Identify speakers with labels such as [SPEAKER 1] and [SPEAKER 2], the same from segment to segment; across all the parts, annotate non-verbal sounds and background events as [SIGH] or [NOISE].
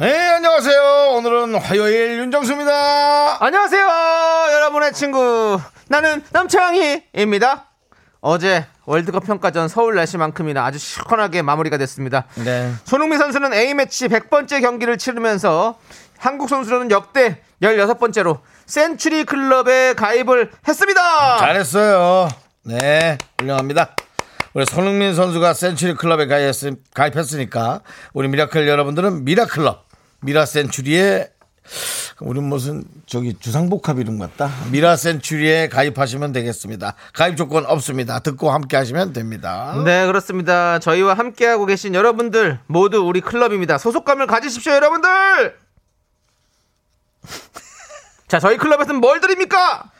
[SPEAKER 1] 네, 안녕하세요. 오늘은 화요일 윤정수입니다.
[SPEAKER 2] 안녕하세요, 여러분의 친구. 나는 남창희입니다. 어제 월드컵 평가전 서울 날씨만큼이나 아주 시원하게 마무리가 됐습니다.
[SPEAKER 1] 네.
[SPEAKER 2] 손흥민 선수는 A매치 100번째 경기를 치르면서 한국 선수로는 역대 16번째로 센츄리 클럽에 가입을 했습니다.
[SPEAKER 1] 잘했어요. 네, 훌륭합니다. 우리 손흥민 선수가 센츄리 클럽에 가입했- 가입했으니까 우리 미라클 여러분들은 미라클럽, 미라 센츄리에 우리 무슨 저기 주상복합 이름 같다. 미라 센츄리에 가입하시면 되겠습니다. 가입 조건 없습니다. 듣고 함께 하시면 됩니다.
[SPEAKER 2] 네, 그렇습니다. 저희와 함께하고 계신 여러분들 모두 우리 클럽입니다. 소속감을 가지십시오, 여러분들! [LAUGHS] 자, 저희 클럽에서는 뭘 드립니까?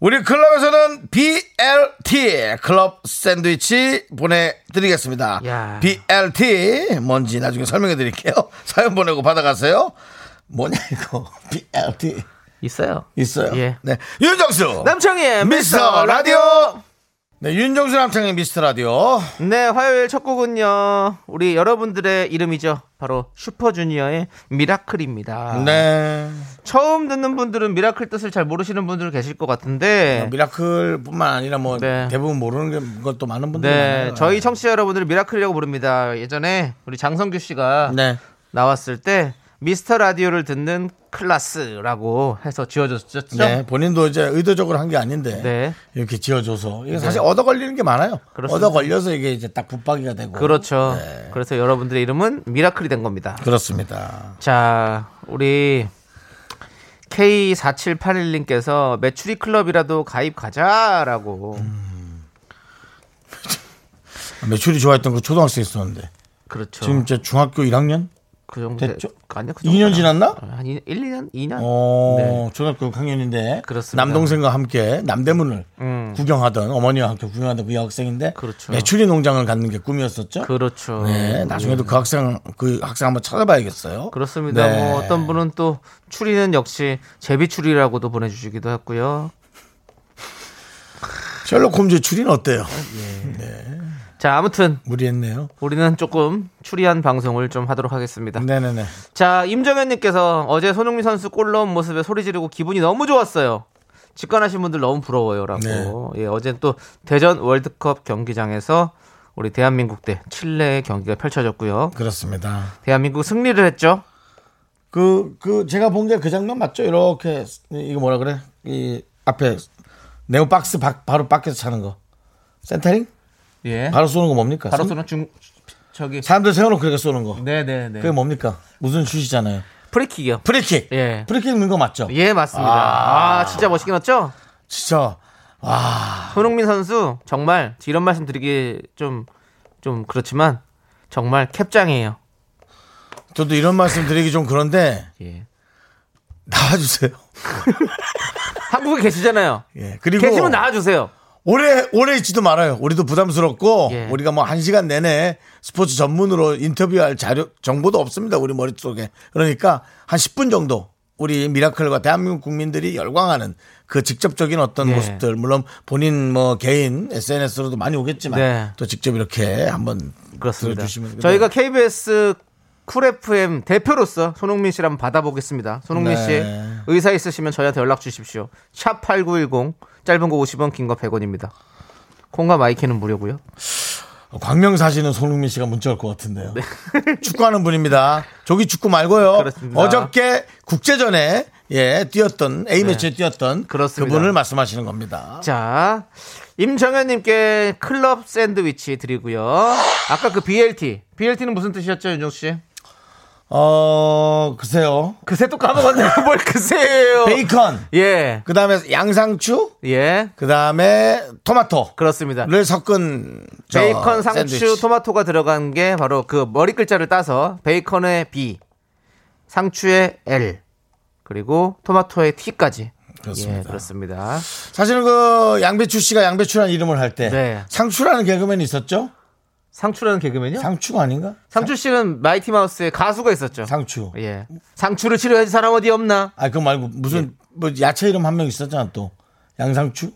[SPEAKER 1] 우리 클럽에서는 BLT 클럽 샌드위치 보내드리겠습니다.
[SPEAKER 2] 야.
[SPEAKER 1] BLT 뭔지 나중에 설명해 드릴게요. [LAUGHS] 사연 보내고 받아가세요. 뭐냐 이거 [LAUGHS] BLT
[SPEAKER 2] 있어요.
[SPEAKER 1] 있어요.
[SPEAKER 2] 예.
[SPEAKER 1] 네 윤정수
[SPEAKER 2] 남창희의
[SPEAKER 1] 미스터
[SPEAKER 2] 미스터
[SPEAKER 1] 라디오. 네 윤정수 남창의 미스터 라디오.
[SPEAKER 2] 네, 화요일 첫 곡은요. 우리 여러분들의 이름이죠. 바로 슈퍼주니어의 미라클입니다.
[SPEAKER 1] 네
[SPEAKER 2] 처음 듣는 분들은 미라클 뜻을 잘 모르시는 분들 계실 것
[SPEAKER 1] 아,
[SPEAKER 2] 같은데.
[SPEAKER 1] 미라클뿐만 아니라 뭐
[SPEAKER 2] 네.
[SPEAKER 1] 대부분 모르는 게- 것도 많은 분들.
[SPEAKER 2] 네, 저희 청취자 여러분들 미라클이라고 부릅니다. 예전에 우리 장성규 씨가
[SPEAKER 1] 네.
[SPEAKER 2] 나왔을 때 미스터 라디오를 듣는 클라스라고 해서 지어졌었죠.
[SPEAKER 1] 네, 본인도 이제 의도적으로 한 게 아닌데
[SPEAKER 2] 그렇죠? 네.
[SPEAKER 1] 이렇게 지어줘서 이게 사실 얻어 걸리는 게 많아요.
[SPEAKER 2] 그렇습니다.
[SPEAKER 1] 얻어 걸려서 이게 이제 딱 붙박이가 되고
[SPEAKER 2] 그렇죠.
[SPEAKER 1] 네,
[SPEAKER 2] 그래서 여러분들의 이름은 미라클이 된 겁니다.
[SPEAKER 1] 그렇습니다.
[SPEAKER 2] 자, 우리 K4781님께서 매추리 클럽이라도 가입 가자라고.
[SPEAKER 1] 음. 매출이 좋아했던 그 초등학생 있었는데
[SPEAKER 2] 그렇죠.
[SPEAKER 1] 지금 이제 중학교 1학년,
[SPEAKER 2] 그 정도
[SPEAKER 1] 됐죠?
[SPEAKER 2] 아니요. 그
[SPEAKER 1] 2년
[SPEAKER 2] 정도야.
[SPEAKER 1] 지났나?
[SPEAKER 2] 한 1, 2년, 2년.
[SPEAKER 1] 어,
[SPEAKER 2] 네.
[SPEAKER 1] 초등학교 6학년인데
[SPEAKER 2] 그렇습니다.
[SPEAKER 1] 남동생과 함께 남대문을
[SPEAKER 2] 음.
[SPEAKER 1] 구경하던 어머니와 함께 구경하던 그 여학생인데
[SPEAKER 2] 그렇죠.
[SPEAKER 1] 매출이 농장을 갖는 게 꿈이었었죠.
[SPEAKER 2] 그렇죠.
[SPEAKER 1] 네, 나중에도 그 학생 그 학생 한번 찾아봐야겠어요.
[SPEAKER 2] 그렇습니다.
[SPEAKER 1] 네.
[SPEAKER 2] 뭐 어떤 분은 또 추리는 역시 제비 추리라고도 보내주시기도 했고요.
[SPEAKER 1] 셜록 홈즈 출인 어때요?
[SPEAKER 2] 자, 아무튼
[SPEAKER 1] 무리했네요.
[SPEAKER 2] 우리는 조금 추리한 방송을 좀 하도록 하겠습니다.
[SPEAKER 1] 네네네.
[SPEAKER 2] 자, 임정현님께서 어제 손흥민 선수 골 넣은 모습에 소리 지르고 기분이 너무 좋았어요. 직관하신 분들 너무 부러워요라고.
[SPEAKER 1] 네.
[SPEAKER 2] 예, 어젠 또 대전 월드컵 경기장에서 우리 대한민국 대 칠레의 경기가 펼쳐졌고요.
[SPEAKER 1] 그렇습니다.
[SPEAKER 2] 대한민국 승리를 했죠.
[SPEAKER 1] 그, 그, 제가 본 게 그 장면 맞죠? 이렇게, 이거 뭐라 그래? 이 앞에, 네오 박스 바, 로 밖에서 차는 거. 센터링?
[SPEAKER 2] 예. 바로,
[SPEAKER 1] 바로 쏘는 거 뭡니까?
[SPEAKER 2] 바로
[SPEAKER 1] 선-
[SPEAKER 2] 쏘는 중 저기.
[SPEAKER 1] 사람들 세워놓고 그렇게 쏘는 거.
[SPEAKER 2] 네네네.
[SPEAKER 1] 그게 뭡니까? 무슨 슛이잖아요.
[SPEAKER 2] 프리킥이요.
[SPEAKER 1] 프리킥.
[SPEAKER 2] 예.
[SPEAKER 1] 프리킥 넣는 거 맞죠?
[SPEAKER 2] 예, 맞습니다. 아, 진짜 멋있게 넣었죠?
[SPEAKER 1] 진짜.
[SPEAKER 2] 손흥민 선수 정말 이런 말씀 드리기 좀 좀 그렇지만 정말 캡장이에요.
[SPEAKER 1] 저도 이런 말씀 드리기 좀 그런데,
[SPEAKER 2] 예.
[SPEAKER 1] 나와주세요.
[SPEAKER 2] 한국에 계시잖아요.
[SPEAKER 1] 예. 그리고.
[SPEAKER 2] 계시면 나와주세요.
[SPEAKER 1] 오래 오래 있지도 말아요. 우리도 부담스럽고
[SPEAKER 2] 예.
[SPEAKER 1] 우리가 뭐 한 시간 내내 스포츠 전문으로 인터뷰할 자료 정보도 없습니다. 우리 머릿속에. 그러니까 한 10분 정도 우리 미라클과 대한민국 국민들이 열광하는 그 직접적인 어떤
[SPEAKER 2] 예.
[SPEAKER 1] 모습들 물론 본인 뭐 개인 SNS로도 많이 오겠지만
[SPEAKER 2] 네.
[SPEAKER 1] 또 직접 이렇게 한번
[SPEAKER 2] 그렇습니다.
[SPEAKER 1] 들어주시면
[SPEAKER 2] 저희가 KBS 쿨 FM 대표로서 손흥민 씨를 한번 받아보겠습니다. 손흥민
[SPEAKER 1] 네.
[SPEAKER 2] 씨 의사 있으시면 저희한테 연락 주십시오. 샵 8910 짧은 거 50원 긴 거 100원입니다. 콩과 마이키는 무료고요.
[SPEAKER 1] 광명 사시는 손흥민 씨가 문자 올 것 같은데요. [LAUGHS] 축구하는 분입니다. 조기 축구 말고요.
[SPEAKER 2] 네. 그렇습니다.
[SPEAKER 1] 어저께 국제전에 예, 뛰었던 A매치에 뛰었던
[SPEAKER 2] 네. 그렇습니다.
[SPEAKER 1] 분을 말씀하시는 겁니다.
[SPEAKER 2] 자, 임정현님께 클럽 샌드위치 드리고요. 아까 그 BLT, BLT는 무슨 뜻이었죠, 윤종 씨?
[SPEAKER 1] 어, 글쎄요.
[SPEAKER 2] [LAUGHS] 그새 또 까먹었네요. [LAUGHS] 뭘 그새예요?
[SPEAKER 1] 베이컨.
[SPEAKER 2] 예,
[SPEAKER 1] 그다음에 양상추,
[SPEAKER 2] 예,
[SPEAKER 1] 그다음에 토마토를
[SPEAKER 2] 그렇습니다.
[SPEAKER 1] 섞은 저
[SPEAKER 2] 베이컨, 상추,
[SPEAKER 1] 샌드위치.
[SPEAKER 2] 토마토가 들어간 게 바로 그 머리 글자를 따서 베이컨의 B, 상추의 L 그리고 토마토의 T까지
[SPEAKER 1] 그렇습니다.
[SPEAKER 2] 예, 그렇습니다.
[SPEAKER 1] 사실은 그 양배추 씨가 양배추라는 이름을 할 때
[SPEAKER 2] 네.
[SPEAKER 1] 상추라는 개그맨이 있었죠?
[SPEAKER 2] 상추라는 개그맨요?
[SPEAKER 1] 상추가 아닌가?
[SPEAKER 2] 상추 씨는 마이티 마우스의 가수가 있었죠.
[SPEAKER 1] 상추.
[SPEAKER 2] 예. 상추를 치료해줄 사람 어디 없나?
[SPEAKER 1] 아, 그거 말고
[SPEAKER 2] 예.
[SPEAKER 1] 무슨 뭐 야채 이름 한 명 있었잖아 또. 양상추?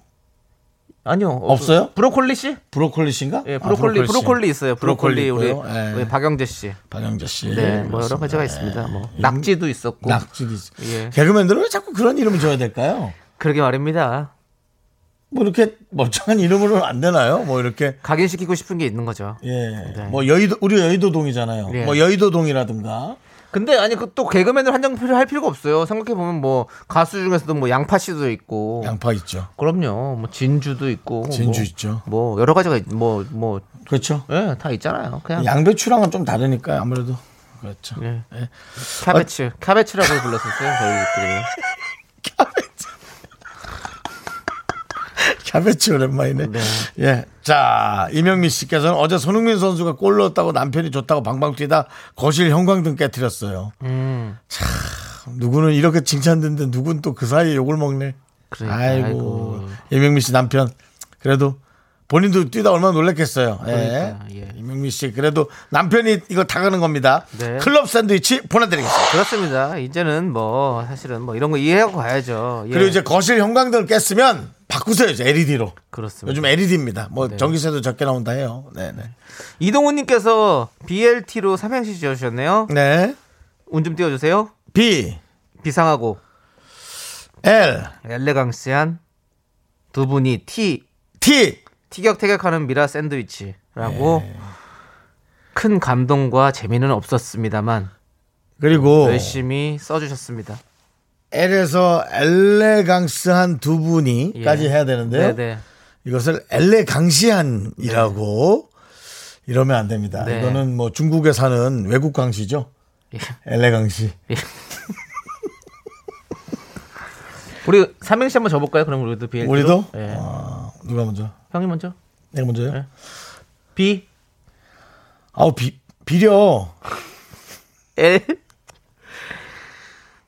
[SPEAKER 2] 아니요.
[SPEAKER 1] 없어요?
[SPEAKER 2] 브로콜리 씨?
[SPEAKER 1] 브로콜리 씨인가?
[SPEAKER 2] 예, 브로콜리,
[SPEAKER 1] 아,
[SPEAKER 2] 브로콜리, 있어요. 브로콜리, 우리,
[SPEAKER 1] 있고요. 예.
[SPEAKER 2] 우리 박영재 씨.
[SPEAKER 1] 박영자 씨.
[SPEAKER 2] 네, 뭐
[SPEAKER 1] 그렇습니다.
[SPEAKER 2] 여러
[SPEAKER 1] 예.
[SPEAKER 2] 가지가 있습니다. 뭐 낙지도 있었고.
[SPEAKER 1] 낙지도 있
[SPEAKER 2] 예.
[SPEAKER 1] 개그맨들은 왜 자꾸 그런 이름을 줘야 될까요?
[SPEAKER 2] 그러게 말입니다.
[SPEAKER 1] 뭐 이렇게 멀쩡한 이름으로는 안 되나요? 뭐 이렇게
[SPEAKER 2] 각인시키고 싶은 게 있는 거죠.
[SPEAKER 1] 예. 뭐 여의도 우리 여의도동이잖아요.
[SPEAKER 2] 네. 예.
[SPEAKER 1] 뭐 여의도동이라든가
[SPEAKER 2] 근데 아니 그 또 개그맨을 한정표를 할 필요가 없어요. 생각해 보면 뭐 가수 중에서도 뭐 양파 씨도 있고.
[SPEAKER 1] 양파 있죠.
[SPEAKER 2] 그럼요. 뭐 진주도 있고.
[SPEAKER 1] 진주
[SPEAKER 2] 뭐,
[SPEAKER 1] 있죠.
[SPEAKER 2] 뭐 여러 가지가 뭐뭐 뭐,
[SPEAKER 1] 그렇죠.
[SPEAKER 2] 예, 다 있잖아요. 그냥
[SPEAKER 1] 양배추랑은 좀 다르니까 아무래도 그렇죠.
[SPEAKER 2] 예. 카베츠, 카베츠라고 불렀었어요. 저희들이.
[SPEAKER 1] 샤베치 오랜만이네. 예. 자, 이명미 씨께서는 어제 손흥민 선수가 골 넣었다고 남편이 좋다고 방방 뛰다 거실 형광등 깨뜨렸어요.
[SPEAKER 2] 음.
[SPEAKER 1] 참, 누구는 이렇게 칭찬듣는데 누군 또 그 사이에 욕을 먹네.
[SPEAKER 2] 그러니까,
[SPEAKER 1] 아이고.
[SPEAKER 2] 아이고.
[SPEAKER 1] 이명미 씨 남편. 그래도 본인도 뛰다 얼마나 놀랬겠어요.
[SPEAKER 2] 그러니까,
[SPEAKER 1] 예.
[SPEAKER 2] 예.
[SPEAKER 1] 이명미 씨 그래도 남편이 이거 다 가는 겁니다.
[SPEAKER 2] 네.
[SPEAKER 1] 클럽 샌드위치 보내드리겠습니다.
[SPEAKER 2] 그렇습니다. 이제는 뭐 사실은 뭐 이런 거 이해하고 가야죠. 예.
[SPEAKER 1] 그리고 이제 거실 형광등을 깼으면 바꾸세요. 이제 E LED로.
[SPEAKER 2] 그렇습니다.
[SPEAKER 1] 요즘 LED입니다. 뭐
[SPEAKER 2] 네.
[SPEAKER 1] 전기세도 적게 나온다 해요. 네네.
[SPEAKER 2] 이동훈님께서 BLT로 삼행시 지어주셨네요.
[SPEAKER 1] 네.
[SPEAKER 2] 운 좀 띄워주세요.
[SPEAKER 1] B
[SPEAKER 2] 비상하고
[SPEAKER 1] L
[SPEAKER 2] 엘레강스한 두 분이 티
[SPEAKER 1] T
[SPEAKER 2] 티격태격하는 미라 샌드위치라고
[SPEAKER 1] 네.
[SPEAKER 2] 큰 감동과 재미는 없었습니다만
[SPEAKER 1] 그리고
[SPEAKER 2] 네, 열심히 써주셨습니다.
[SPEAKER 1] L에서 엘레강스한 두
[SPEAKER 2] 예.
[SPEAKER 1] 분이까지 해야 되는데
[SPEAKER 2] 네네.
[SPEAKER 1] 이것을 엘레강시한이라고 이러면 안 됩니다.
[SPEAKER 2] 네.
[SPEAKER 1] 이거는 뭐 중국에 사는 외국 강시죠.
[SPEAKER 2] 예.
[SPEAKER 1] 엘레강시.
[SPEAKER 2] 우리 삼행시 한번 줘볼까요? 그럼 우리도 BLT로.
[SPEAKER 1] 우리도
[SPEAKER 2] 예.
[SPEAKER 1] 어, 누가 먼저?
[SPEAKER 2] 형이 먼저.
[SPEAKER 1] 내가 먼저요.
[SPEAKER 2] 네. B
[SPEAKER 1] 아우 비 비려.
[SPEAKER 2] L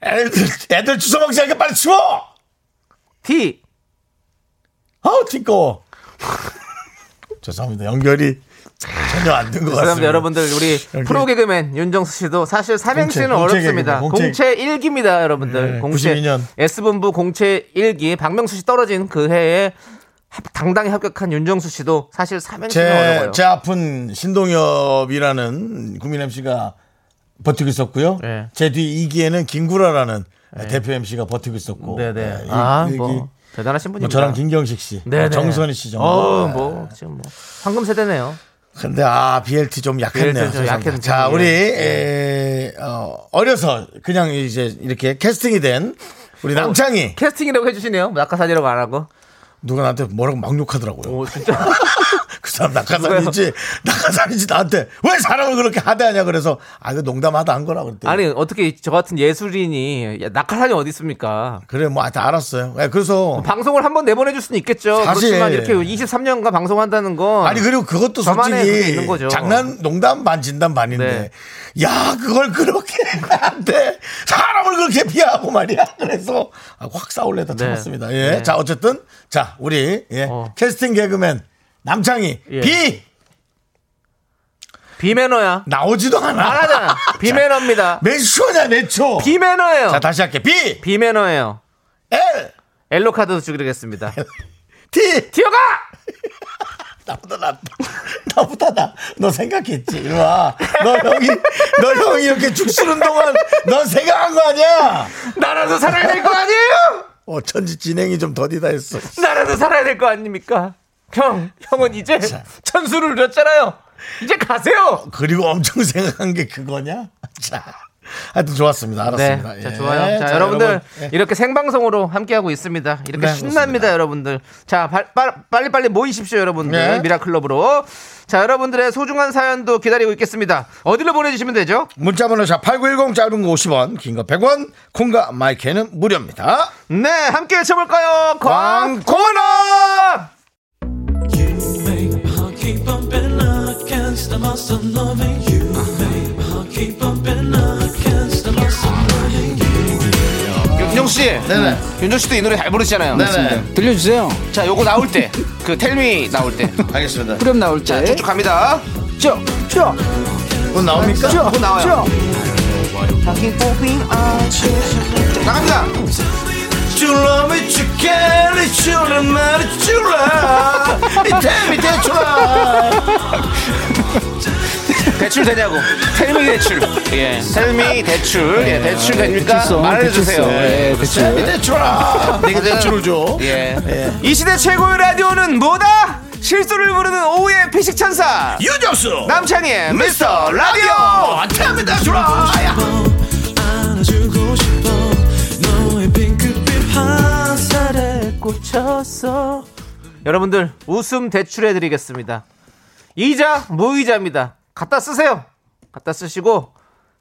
[SPEAKER 1] 애들 애들 주워 먹지 않게 빨리 치워.
[SPEAKER 2] T
[SPEAKER 1] 아우 티꺼워. [LAUGHS] 죄송합니다. 연결이 전혀 안 된 것
[SPEAKER 2] 그럼
[SPEAKER 1] 같습니다.
[SPEAKER 2] 여러분들 우리
[SPEAKER 1] 여기.
[SPEAKER 2] 프로 개그맨 윤정수 씨도 사실 삼행시는
[SPEAKER 1] 공채, 공채
[SPEAKER 2] 어렵습니다.
[SPEAKER 1] 개그맨, 공채.
[SPEAKER 2] 공채, 일기입니다 여러분들.
[SPEAKER 1] 예,
[SPEAKER 2] 공채
[SPEAKER 1] 92년.
[SPEAKER 2] S본부 공채 일기 박명수 씨 떨어진 그 해에 합- 당당히 합격한 윤정수 씨도 사실 삼행시는
[SPEAKER 1] 제,
[SPEAKER 2] 어려워요.
[SPEAKER 1] 제 아픈 신동엽이라는 국민 MC가 버티고 있었고요.
[SPEAKER 2] 예.
[SPEAKER 1] 제 뒤 2기에는 김구라라는 대표 MC가 버티고 있었고.
[SPEAKER 2] 네. 네네.
[SPEAKER 1] 예, 이-
[SPEAKER 2] 아,
[SPEAKER 1] 여기
[SPEAKER 2] 뭐 대단하신
[SPEAKER 1] 뭐
[SPEAKER 2] 분입니다.
[SPEAKER 1] 저랑 김경식 씨,
[SPEAKER 2] 네네.
[SPEAKER 1] 정선희 씨 정도. 네.
[SPEAKER 2] 어, 뭐 지금 뭐 황금 세대네요.
[SPEAKER 1] 근데 아 BLT 좀 약했네요.
[SPEAKER 2] BLT 좀
[SPEAKER 1] 죄송합니다.
[SPEAKER 2] 약했네요.
[SPEAKER 1] 자
[SPEAKER 2] 예.
[SPEAKER 1] 우리 에, 어, 어려서 그냥 이제 이렇게 캐스팅이 된 우리
[SPEAKER 2] 어.
[SPEAKER 1] 남창희
[SPEAKER 2] 캐스팅이라고 해주시네요. 낙하산이라고 안 하고.
[SPEAKER 1] 누가 나한테 뭐라고 막 욕하더라고요.
[SPEAKER 2] 오, 진짜.
[SPEAKER 1] [LAUGHS] 그 사람 낙하산인지 낙하산인지 나한테 왜 사람을 그렇게 하대하냐 그래서 아 이거 농담하다 한 거라 그랬더니
[SPEAKER 2] 아니 어떻게 저 같은 예술인이 야, 낙하산이 어디 있습니까?
[SPEAKER 1] 그래 뭐 하여튼 알았어요. 예, 그래서
[SPEAKER 2] 방송을 한 번 내보내줄 수는 있겠죠.
[SPEAKER 1] 사실-
[SPEAKER 2] 그렇지만 이렇게 23년간 방송한다는 건
[SPEAKER 1] 아니 그리고 그것도
[SPEAKER 2] 저만의 그게
[SPEAKER 1] 솔직히
[SPEAKER 2] 있는 거죠. 네.
[SPEAKER 1] 장난 농담 반 진담 반인데 야 그걸 그렇게 [LAUGHS] 나한테 사람을 그렇게 비하고 말이야 그래서 아, 확 싸울래다 참았습니다. 예,
[SPEAKER 2] 네.
[SPEAKER 1] 자 어쨌든 자 우리 예,
[SPEAKER 2] 어.
[SPEAKER 1] 캐스팅 개그맨 남창희
[SPEAKER 2] 예.
[SPEAKER 1] 비
[SPEAKER 2] 비매너야.
[SPEAKER 1] 나오지도 않아. [LAUGHS]
[SPEAKER 2] 안 하잖아. 비매너입니다.
[SPEAKER 1] 몇 초냐 몇 초?
[SPEAKER 2] 비매너예요.
[SPEAKER 1] 자 다시 할게 비
[SPEAKER 2] 비매너예요.
[SPEAKER 1] L
[SPEAKER 2] 엘로
[SPEAKER 1] [LAUGHS]
[SPEAKER 2] 카드도 주겠습니다.
[SPEAKER 1] T
[SPEAKER 2] 튀어가!
[SPEAKER 1] 나보다 나 나보다 나너 생각했지 이리 와너 형이 너 형이 이렇게 죽쓰는 동안 넌 생각한 거 아니야
[SPEAKER 2] 나라도 살아야 될 거 아니에요?
[SPEAKER 1] 어쩐지 진행이 좀 더디다 했어
[SPEAKER 2] 나라도 살아야 될 거 아닙니까? 형, 형은 이제 천수를 누렸잖아요. 이제 가세요.
[SPEAKER 1] 그리고 엄청 [LAUGHS] 생각한 게 그거냐 자 하여튼 좋았습니다 알았습니다
[SPEAKER 2] 네, 자,
[SPEAKER 1] 예.
[SPEAKER 2] 좋아요. 자,
[SPEAKER 1] 자,
[SPEAKER 2] 여러분들
[SPEAKER 1] 예.
[SPEAKER 2] 이렇게 생방송으로 함께하고 있습니다. 이렇게
[SPEAKER 1] 네,
[SPEAKER 2] 신납니다, 여러분들. 자, 발- 빨- 빨리빨리 모이십시오, 여러분들.
[SPEAKER 1] 네.
[SPEAKER 2] 미라클럽으로. 자, 여러분들의 소중한 사연도 기다리고 있겠습니다. 어디로 보내주시면 되죠?
[SPEAKER 1] 문자번호 샵8910 짧은 거 50원 긴 거 100원 콩과 마이크는 무료입니다
[SPEAKER 2] 네, 함께 외쳐볼까요? 광,
[SPEAKER 1] 광고나
[SPEAKER 3] You make my heart keep bumping against the muscle loving you. Make my heart keep bumping against the muscle
[SPEAKER 2] 씨,
[SPEAKER 1] 네네.
[SPEAKER 2] 윤정 씨도 이 노래 잘 부르시잖아요.
[SPEAKER 1] 네네.
[SPEAKER 4] 들려주세요.
[SPEAKER 2] 자, 요거 나올 때, 그 텔미 나올 때,
[SPEAKER 1] 알겠습니다.
[SPEAKER 4] 후렴 나올 때.
[SPEAKER 2] 쭉쭉 갑니다.
[SPEAKER 4] 쭉, 쭉,
[SPEAKER 1] 곧 나옵니까?
[SPEAKER 4] 쭉,
[SPEAKER 2] 쭉 나와요. 나갑니다.
[SPEAKER 1] 줄라미 축게리 줄라 마리 줄라 이태미 대출라
[SPEAKER 2] 대출 되냐고. 텔미 대출. 예. 텔미 대출. 예, 대출 됩니까?
[SPEAKER 4] 대출성,
[SPEAKER 2] 말해주세요.
[SPEAKER 4] 대출성. 예, 대출.
[SPEAKER 1] 이태미 대출라 내가 대출을 줘
[SPEAKER 2] 예. 이 시대 최고의 라디오는 뭐다? 실수를 부르는 오후의 피식 천사.
[SPEAKER 1] 유정수
[SPEAKER 2] 남창희의 미스터 라디오.
[SPEAKER 1] 라디오 이태미 대출라
[SPEAKER 3] 안아주고 싶어 너의 핑크빛 화살에 꽂혔어
[SPEAKER 2] 여러분들 웃음 대출해 드리겠습니다. 이자 무이자입니다. 갖다 쓰세요. 갖다 쓰시고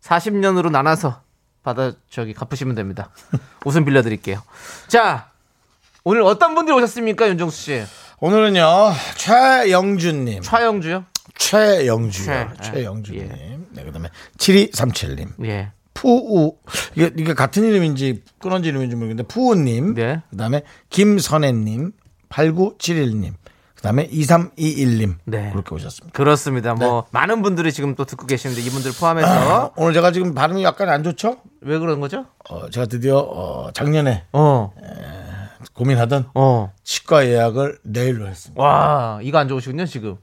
[SPEAKER 2] 40년으로 나눠서 받아 저기 갚으시면 됩니다. [LAUGHS] 웃음 빌려 드릴게요. 자, 오늘 어떤 분들이 오셨습니까? 윤정수 씨.
[SPEAKER 1] 오늘은요 최영준님
[SPEAKER 2] 차영주요?
[SPEAKER 1] 최영주
[SPEAKER 2] 최, 아, 예.
[SPEAKER 1] 최영주님 네, 그다음에 7237님
[SPEAKER 2] 예.
[SPEAKER 1] 푸우 이게, 이게 같은 이름인지 끊어진 이름인지 모르겠는데 푸우님
[SPEAKER 2] 네.
[SPEAKER 1] 그다음에 김선혜님 8971님 그다음에 2321님
[SPEAKER 2] 네.
[SPEAKER 1] 그렇게 오셨습니다.
[SPEAKER 2] 그렇습니다. 뭐 많은 분들이 지금 또 듣고 계시는데 이분들 포함해서
[SPEAKER 1] 오늘 제가 지금 발음이 약간 안 좋죠?
[SPEAKER 2] [LAUGHS] 왜 그런 거죠?
[SPEAKER 1] 어, 제가 드디어 어, 작년에
[SPEAKER 2] 어.
[SPEAKER 1] 고민하던
[SPEAKER 2] 어.
[SPEAKER 1] 치과 예약을 내일로 했습니다.
[SPEAKER 2] 와, 이거 안 좋으시군요, 지금.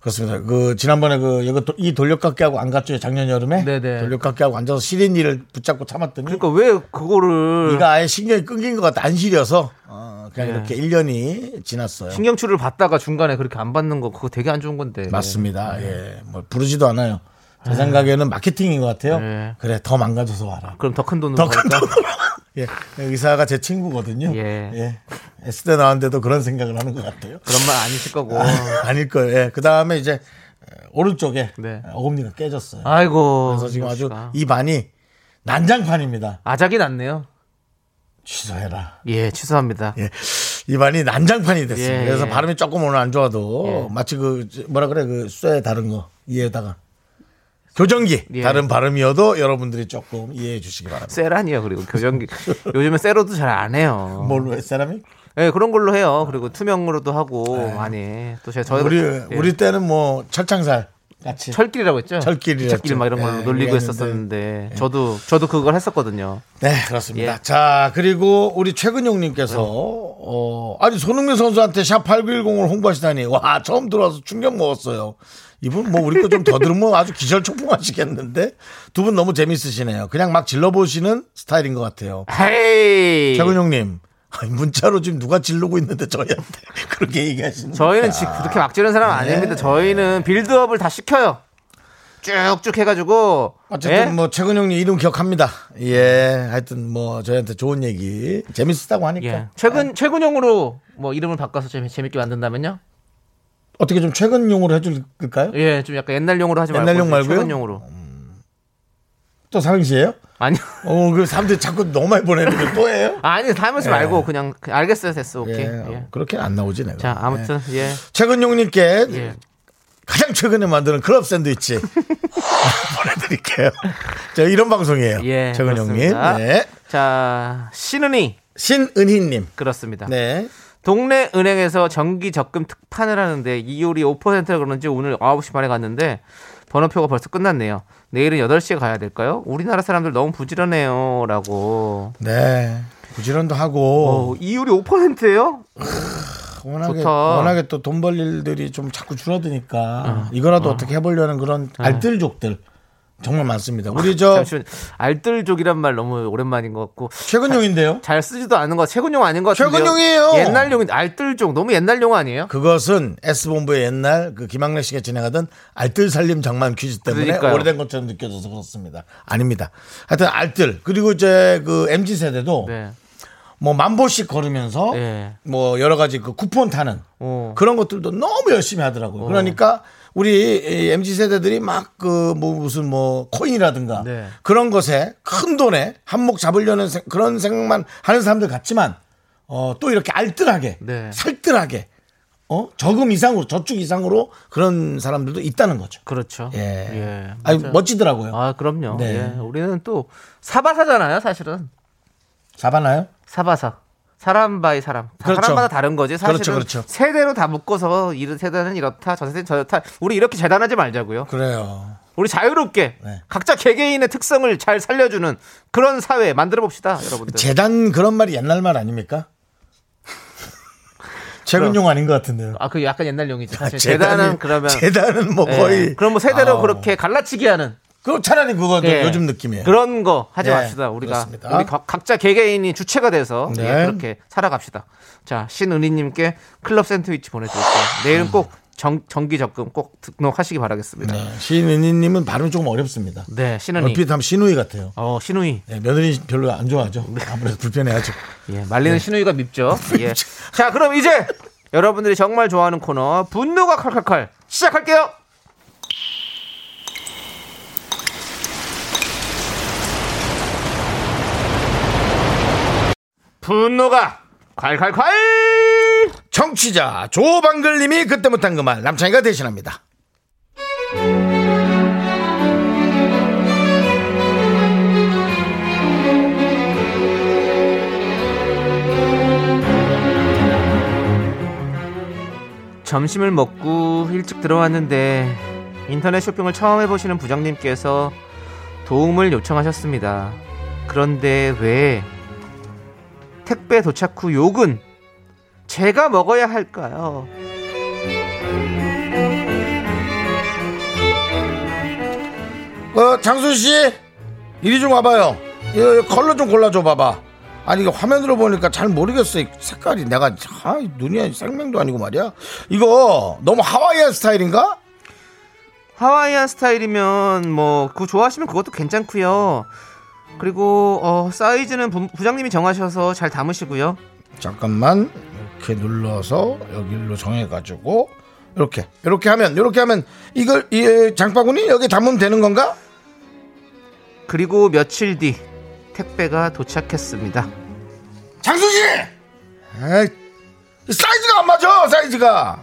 [SPEAKER 1] 그렇습니다. 그 지난번에 그 이거 도- 이 돌려깎기하고 안 갔죠? 작년 여름에
[SPEAKER 2] 네네.
[SPEAKER 1] 돌려깎기하고 앉아서 시린 일을 붙잡고 참았더니
[SPEAKER 2] 그러니까 왜 그거를
[SPEAKER 1] 이가 아예 신경이 끊긴 것 같아 안 시려서 어, 그냥
[SPEAKER 2] 네.
[SPEAKER 1] 이렇게 1년이 지났어요.
[SPEAKER 2] 신경치료를 받다가 중간에 그렇게 안 받는 거 그거 되게 안 좋은 건데.
[SPEAKER 1] 맞습니다. 예. 뭐 부르지도 않아요. 제 생각에는 마케팅인 것 같아요.
[SPEAKER 2] 예.
[SPEAKER 1] 그래, 더 망가져서 와라.
[SPEAKER 2] 그럼 더 큰 돈으로
[SPEAKER 1] 더 큰
[SPEAKER 2] 벌까?
[SPEAKER 1] 돈으로. 예. 의사가 제 친구거든요.
[SPEAKER 2] 예.
[SPEAKER 1] 예. S대 나왔는데도 그런 생각을 하는 것 같아요.
[SPEAKER 2] 그런 말 아니실 거고.
[SPEAKER 1] 아닐 거예요. 그 다음에 이제 어, 오른쪽에
[SPEAKER 2] 네.
[SPEAKER 1] 어금니가 깨졌어요.
[SPEAKER 2] 아이고.
[SPEAKER 1] 그래서 지금 아주
[SPEAKER 2] 씨가.
[SPEAKER 1] 입안이 난장판입니다.
[SPEAKER 2] 아작이 났네요.
[SPEAKER 1] 취소해라.
[SPEAKER 2] 예, 취소합니다.
[SPEAKER 1] 예. 입안이 난장판이 됐어요.
[SPEAKER 2] 예,
[SPEAKER 1] 그래서
[SPEAKER 2] 예.
[SPEAKER 1] 발음이 조금 오늘 안 좋아도 마치 그 뭐라 그래 그 쇠 다른 거 이에다가 교정기
[SPEAKER 2] 예.
[SPEAKER 1] 다른 발음이어도 여러분들이 조금 이해해 주시기 바랍니다.
[SPEAKER 2] 셀아니요
[SPEAKER 1] [LAUGHS]
[SPEAKER 2] 그리고 교정기 요즘에 셀로도 잘 안 해요.
[SPEAKER 1] 뭘왜 사람이?
[SPEAKER 2] 예, 그런 걸로 해요. 그리고 투명으로도 하고 많이 또 제가 저희
[SPEAKER 1] 네. 우리
[SPEAKER 2] 예,
[SPEAKER 1] 우리 때는 뭐 철창살 같이
[SPEAKER 2] 철길이라고 했죠.
[SPEAKER 1] 철길이었죠.
[SPEAKER 2] 철길 막 이런 걸로
[SPEAKER 1] 예, 네.
[SPEAKER 2] 놀리고
[SPEAKER 1] 우리가
[SPEAKER 2] 했었었는데 저도 저도 그걸 했었거든요.
[SPEAKER 1] 네 그렇습니다.
[SPEAKER 2] 예.
[SPEAKER 1] 자 그리고 우리 최근용님께서 어, 아니 손흥민 선수한테 샵 8910을 홍보하시다니 와 처음 들어와서 충격 먹었어요. 이분 뭐 우리 거 좀 더 들으면 아주 기절초풍하시겠는데 두 분 너무 재밌으시네요. 그냥 막 질러보시는 스타일인 것 같아요.
[SPEAKER 2] 헤이.
[SPEAKER 1] 최근용님 아니, 문자로 지금 누가 질르고 있는데 저희한테 [LAUGHS] 그렇게 얘기하시는
[SPEAKER 2] 저희는 지, 그렇게 막 지르는 사람
[SPEAKER 1] 네.
[SPEAKER 2] 아닙니다. 저희는 빌드업을 다 시켜요. 쭉쭉 해가지고
[SPEAKER 1] 어쨌든
[SPEAKER 2] 예?
[SPEAKER 1] 뭐 최근용님 이름 기억합니다. 예 하여튼 뭐 저희한테 좋은 얘기 재밌었다고 하니까
[SPEAKER 2] 예. 최근 최근용으로 뭐 이름을 바꿔서 재미, 재밌게 만든다면요?
[SPEAKER 1] 어떻게 좀 최근용으로 해줄까요?
[SPEAKER 2] 예, 좀 약간 옛날용으로 하지 말고
[SPEAKER 1] 옛날용
[SPEAKER 2] 좀
[SPEAKER 1] 말고요?
[SPEAKER 2] 최근용으로.
[SPEAKER 1] 또 사랑시예요?
[SPEAKER 2] 아니 [LAUGHS]
[SPEAKER 1] 어, 그 사람들이 자꾸 너무 많이 보내는데 또 해요?
[SPEAKER 2] 아니 하면서 말고 그냥 그- 알겠어요 됐어 오케이.
[SPEAKER 1] 예,
[SPEAKER 2] 예.
[SPEAKER 1] 어, 그렇게 안 나오지 내가.
[SPEAKER 2] 자 아무튼 예.
[SPEAKER 1] 최근용님께
[SPEAKER 2] 예.
[SPEAKER 1] 가장 최근에 만드는 클럽
[SPEAKER 2] [LAUGHS]
[SPEAKER 1] 샌드위치 보내드릴게요. 자, 이런 방송이에요.
[SPEAKER 2] 예,
[SPEAKER 1] 최근용님.
[SPEAKER 2] 그렇습니다.
[SPEAKER 1] 네.
[SPEAKER 2] 자 신은이
[SPEAKER 1] 신은희님.
[SPEAKER 2] 그렇습니다.
[SPEAKER 1] 네.
[SPEAKER 2] 동네 은행에서 정기 적금 특판을 하는데 이율이 5%라 그런지 오늘 9시 반에 갔는데 번호표가 벌써 끝났네요. 내일은 8시에 가야 될까요? 우리나라 사람들 너무 부지런해요라고.
[SPEAKER 1] 네. 부지런도 하고
[SPEAKER 2] 어, 이율이 5%예요?
[SPEAKER 1] 워낙에
[SPEAKER 2] 어, 좋다.
[SPEAKER 1] 워낙에 또 돈 벌 일들이 좀 자꾸 줄어드니까 이거라도 어. 떻게 해보려는 그런 알뜰족들 정말 많습니다. 우리 저
[SPEAKER 2] 네. 아, 잠시만. 알뜰족이란 말 너무 오랜만인 것 같고
[SPEAKER 1] 최근용인데요.
[SPEAKER 2] 잘 쓰지도 않은 것 최근용 아닌 것 같은데요.
[SPEAKER 1] 최근용이에요.
[SPEAKER 2] 옛날용인 알뜰족 너무 옛날용 아니에요?
[SPEAKER 1] 그것은 S본부의 옛날 그 김학래 씨가 진행하던 알뜰살림 장만 퀴즈 때문에
[SPEAKER 2] 그러니까요.
[SPEAKER 1] 오래된 것처럼 느껴져서 그렇습니다. 아닙니다. 하여튼 알뜰 그리고 이제 그 MZ 세대도
[SPEAKER 2] 네.
[SPEAKER 1] 뭐 만보씩 걸으면서
[SPEAKER 2] 네.
[SPEAKER 1] 뭐 여러 가지 그 쿠폰 타는
[SPEAKER 2] 어.
[SPEAKER 1] 그런 것들도 너무 열심히 하더라고요. 그러니까 우리 이 MZ 세대들이 막 그 뭐 무슨 뭐 코인이라든가
[SPEAKER 2] 네.
[SPEAKER 1] 그런 것에 큰 돈에 한몫 잡으려는 생- 그런 생각만 하는 사람들 같지만 어, 또 이렇게 알뜰하게
[SPEAKER 2] 네.
[SPEAKER 1] 살뜰하게 어 저금 이상으로 저축 이상으로 그런 사람들도 있다는 거죠.
[SPEAKER 2] 그렇죠.
[SPEAKER 1] 예,
[SPEAKER 2] 예,
[SPEAKER 1] 아니 뭐-
[SPEAKER 2] 맞아요.
[SPEAKER 1] 멋지더라고요.
[SPEAKER 2] 아 그럼요.
[SPEAKER 1] 네.
[SPEAKER 2] 예. 우리는 또 사바사잖아요, 사실은.
[SPEAKER 1] 잡아나요?
[SPEAKER 2] 사바사. 사람 바이 사람. 다
[SPEAKER 1] 그렇죠.
[SPEAKER 2] 사람마다 다른 거지. 사실은
[SPEAKER 1] 그렇죠, 그렇죠.
[SPEAKER 2] 세대로 다 묶어서 이런 세대는 이렇다, 저 세대는 저렇다. 우리 이렇게 재단하지 말자고요.
[SPEAKER 1] 그래요.
[SPEAKER 2] 우리 자유롭게
[SPEAKER 1] 네.
[SPEAKER 2] 각자 개개인의 특성을 잘 살려주는 그런 사회 만들어 봅시다, 여러분들.
[SPEAKER 1] 네. 재단 그런 말이 옛날 말
[SPEAKER 2] [LAUGHS]
[SPEAKER 1] 아닙니까? 최근용 아닌 것 같은데요.
[SPEAKER 2] 아, 그 약간 옛날 용이죠. 사실
[SPEAKER 1] 재단이-
[SPEAKER 2] 재단은 그러면
[SPEAKER 1] 재단은 뭐
[SPEAKER 2] 예.
[SPEAKER 1] 거의
[SPEAKER 2] 그럼 뭐 세대로
[SPEAKER 1] 아우.
[SPEAKER 2] 그렇게 갈라치기 하는
[SPEAKER 1] 그럼 차라리 그거 좀
[SPEAKER 2] 예.
[SPEAKER 1] 요즘 느낌이에요.
[SPEAKER 2] 그런 거 하지
[SPEAKER 1] 예,
[SPEAKER 2] 맙시다. 우리가
[SPEAKER 1] 그렇습니다.
[SPEAKER 2] 우리 각- 각자 개개인이 주체가 돼서
[SPEAKER 1] 네.
[SPEAKER 2] 예, 그렇게 살아갑시다. 자, 신은희님께 클럽 샌드위치 보내드릴게요.
[SPEAKER 1] 아.
[SPEAKER 2] 내일은 꼭 정, 정기 적금 꼭 등록하시기 바라겠습니다. 네,
[SPEAKER 1] 네, 신은희님은 발음 조금 네. 어렵습니다.
[SPEAKER 2] 신은희.
[SPEAKER 1] 얼핏 하면 신우이 같아요.
[SPEAKER 2] 어, 신우희.
[SPEAKER 1] 네, 며느리 별로 안 좋아하죠.
[SPEAKER 2] 음.
[SPEAKER 1] 아무래도 불편해하죠.
[SPEAKER 2] 예, 말리는 신우이가 밉죠. 예. 자, 그럼 이제 여러분들이 정말 좋아하는 코너 분노가 칼칼칼 시작할게요. 분노가 칼칼칼.
[SPEAKER 1] 정취자 조방글님이 그때 못한 그 말 남창이가 대신합니다.
[SPEAKER 2] 점심을 먹고 일찍 들어왔는데 인터넷 쇼핑을 처음 해보시는 부장님께서 도움을 요청하셨습니다. 그런데 왜 택배 도착 후 욕은 제가 먹어야 할까요?
[SPEAKER 1] 어, 장수 씨 이리 좀 와봐요. 이거 컬러 좀 골라줘 봐봐. 아니 이게 화면으로 보니까 잘 모르겠어. 이 색깔이 내가 아, 눈이 아니- 생명도 아니고 말이야. 이거 너무 하와이안 스타일인가?
[SPEAKER 2] 하와이안 스타일이면 뭐 그거 좋아하시면 그것도 괜찮고요. 그리고 어, 사이즈는 부, 부장님이 정하셔서 잘 담으시고요.
[SPEAKER 1] 잠깐만 이렇게 눌러서 여기로 정해가지고 이렇게 이렇게 하면 이렇게 하면 이걸 이 장바구니 여기 담으면 되는 건가?
[SPEAKER 2] 그리고 며칠 뒤 택배가 도착했습니다.
[SPEAKER 1] 장수 씨, 에이, 이 사이즈가 안 맞아 사이즈가.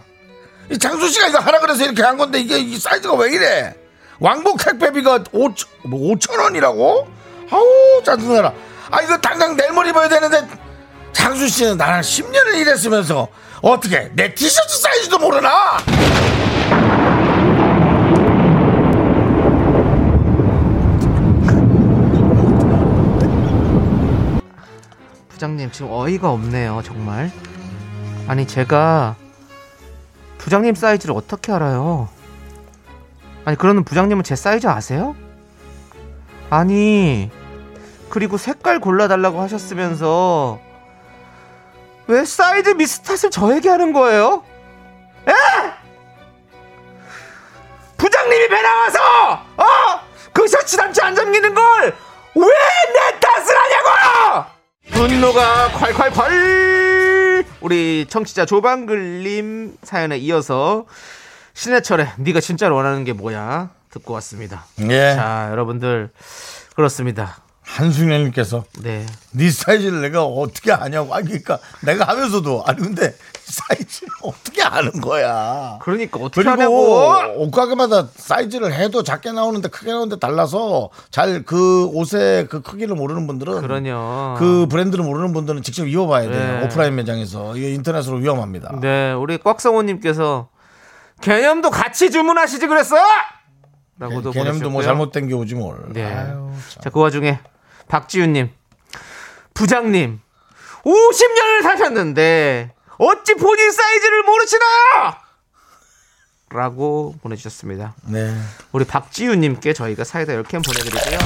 [SPEAKER 1] 이 장수 씨가 이거 하라 그래서 이렇게 한 건데 이게 이 사이즈가 왜 이래? 왕복 택배비가 5천 뭐 5천 원이라고? 아우 짜증나라. 아 이거 당장 내일 모레 입어야 되는데 장수 씨는 나랑 10년을 일했으면서 어떻게 내 티셔츠 사이즈도 모르나?
[SPEAKER 2] 부장님 지금 어이가 없네요 정말 아니 제가 부장님 사이즈를 어떻게 알아요 아니 그러는 부장님은 제 사이즈 아세요? 아니 그리고 색깔 골라달라고 하셨으면서 왜 사이즈 미스탓을 저에게 하는 거예요? 에? 부장님이 배 나와서 어? 그 셔츠 단추 안 잠기는 걸 왜 내 탓을 하냐고! 분노가 콸콸콸 우리 청취자 조방글님 사연에 이어서 신해철의 네가 진짜로 원하는 게 뭐야 듣고 왔습니다
[SPEAKER 1] 예.
[SPEAKER 2] 자 여러분들 그렇습니다
[SPEAKER 1] 한승현님께서
[SPEAKER 2] 네
[SPEAKER 1] 네 사이즈를 내가 어떻게 아냐고 아니 그러니까 내가 하면서도 아니 근데 사이즈를 어떻게 아는 거야
[SPEAKER 2] 그러니까 어떻게 하냐고
[SPEAKER 1] 그리고 옷가게마다 사이즈를 해도 작게 나오는데 크게 나오는데 달라서 잘 그 옷의 그 크기를 모르는 분들은
[SPEAKER 2] 그러냐
[SPEAKER 1] 그 브랜드를 모르는 분들은 직접 입어봐야 돼요
[SPEAKER 2] 그러니까. 네.
[SPEAKER 1] 오프라인 매장에서 이게 인터넷으로 위험합니다
[SPEAKER 2] 네 우리 꽉성호님께서 개념도 같이 주문하시지 그랬어? 라고도
[SPEAKER 1] 개념도 뭐
[SPEAKER 2] 보내주셨고요.
[SPEAKER 1] 잘못된 게 오지 뭘
[SPEAKER 2] 네.
[SPEAKER 1] 아유, 참.
[SPEAKER 2] 자, 그 와중에 박지윤님, 부장님, 50년을 사셨는데 어찌 본인 사이즈를 모르시나? 라고 보내주셨습니다.
[SPEAKER 1] 네.
[SPEAKER 2] 우리 박지윤님께 저희가 사이다 10캔 보내드리고요.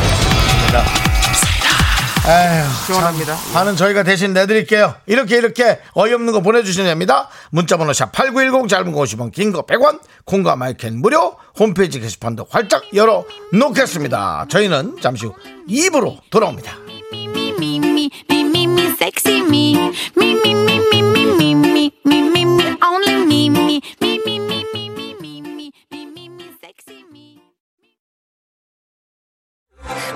[SPEAKER 1] 아유,
[SPEAKER 2] 시원합니다.
[SPEAKER 1] 하는 저희가 대신 내드릴게요. 이렇게 이렇게 어이없는 거 보내주시면 됩니다. 문자번호 샵 8910 짧은 거 50원 긴 거 100원 콩과 마이캔 무료 홈페이지 게시판도 활짝 열어놓겠습니다. 저희는 잠시 후 2부로 돌아옵니다.
[SPEAKER 5] me, me, me, me, me, me, sexy me. Me, me, me, me, me, me, me, me, me, me, only me, me, me, me, me, me, me, me, me, me, me, me, sexy me.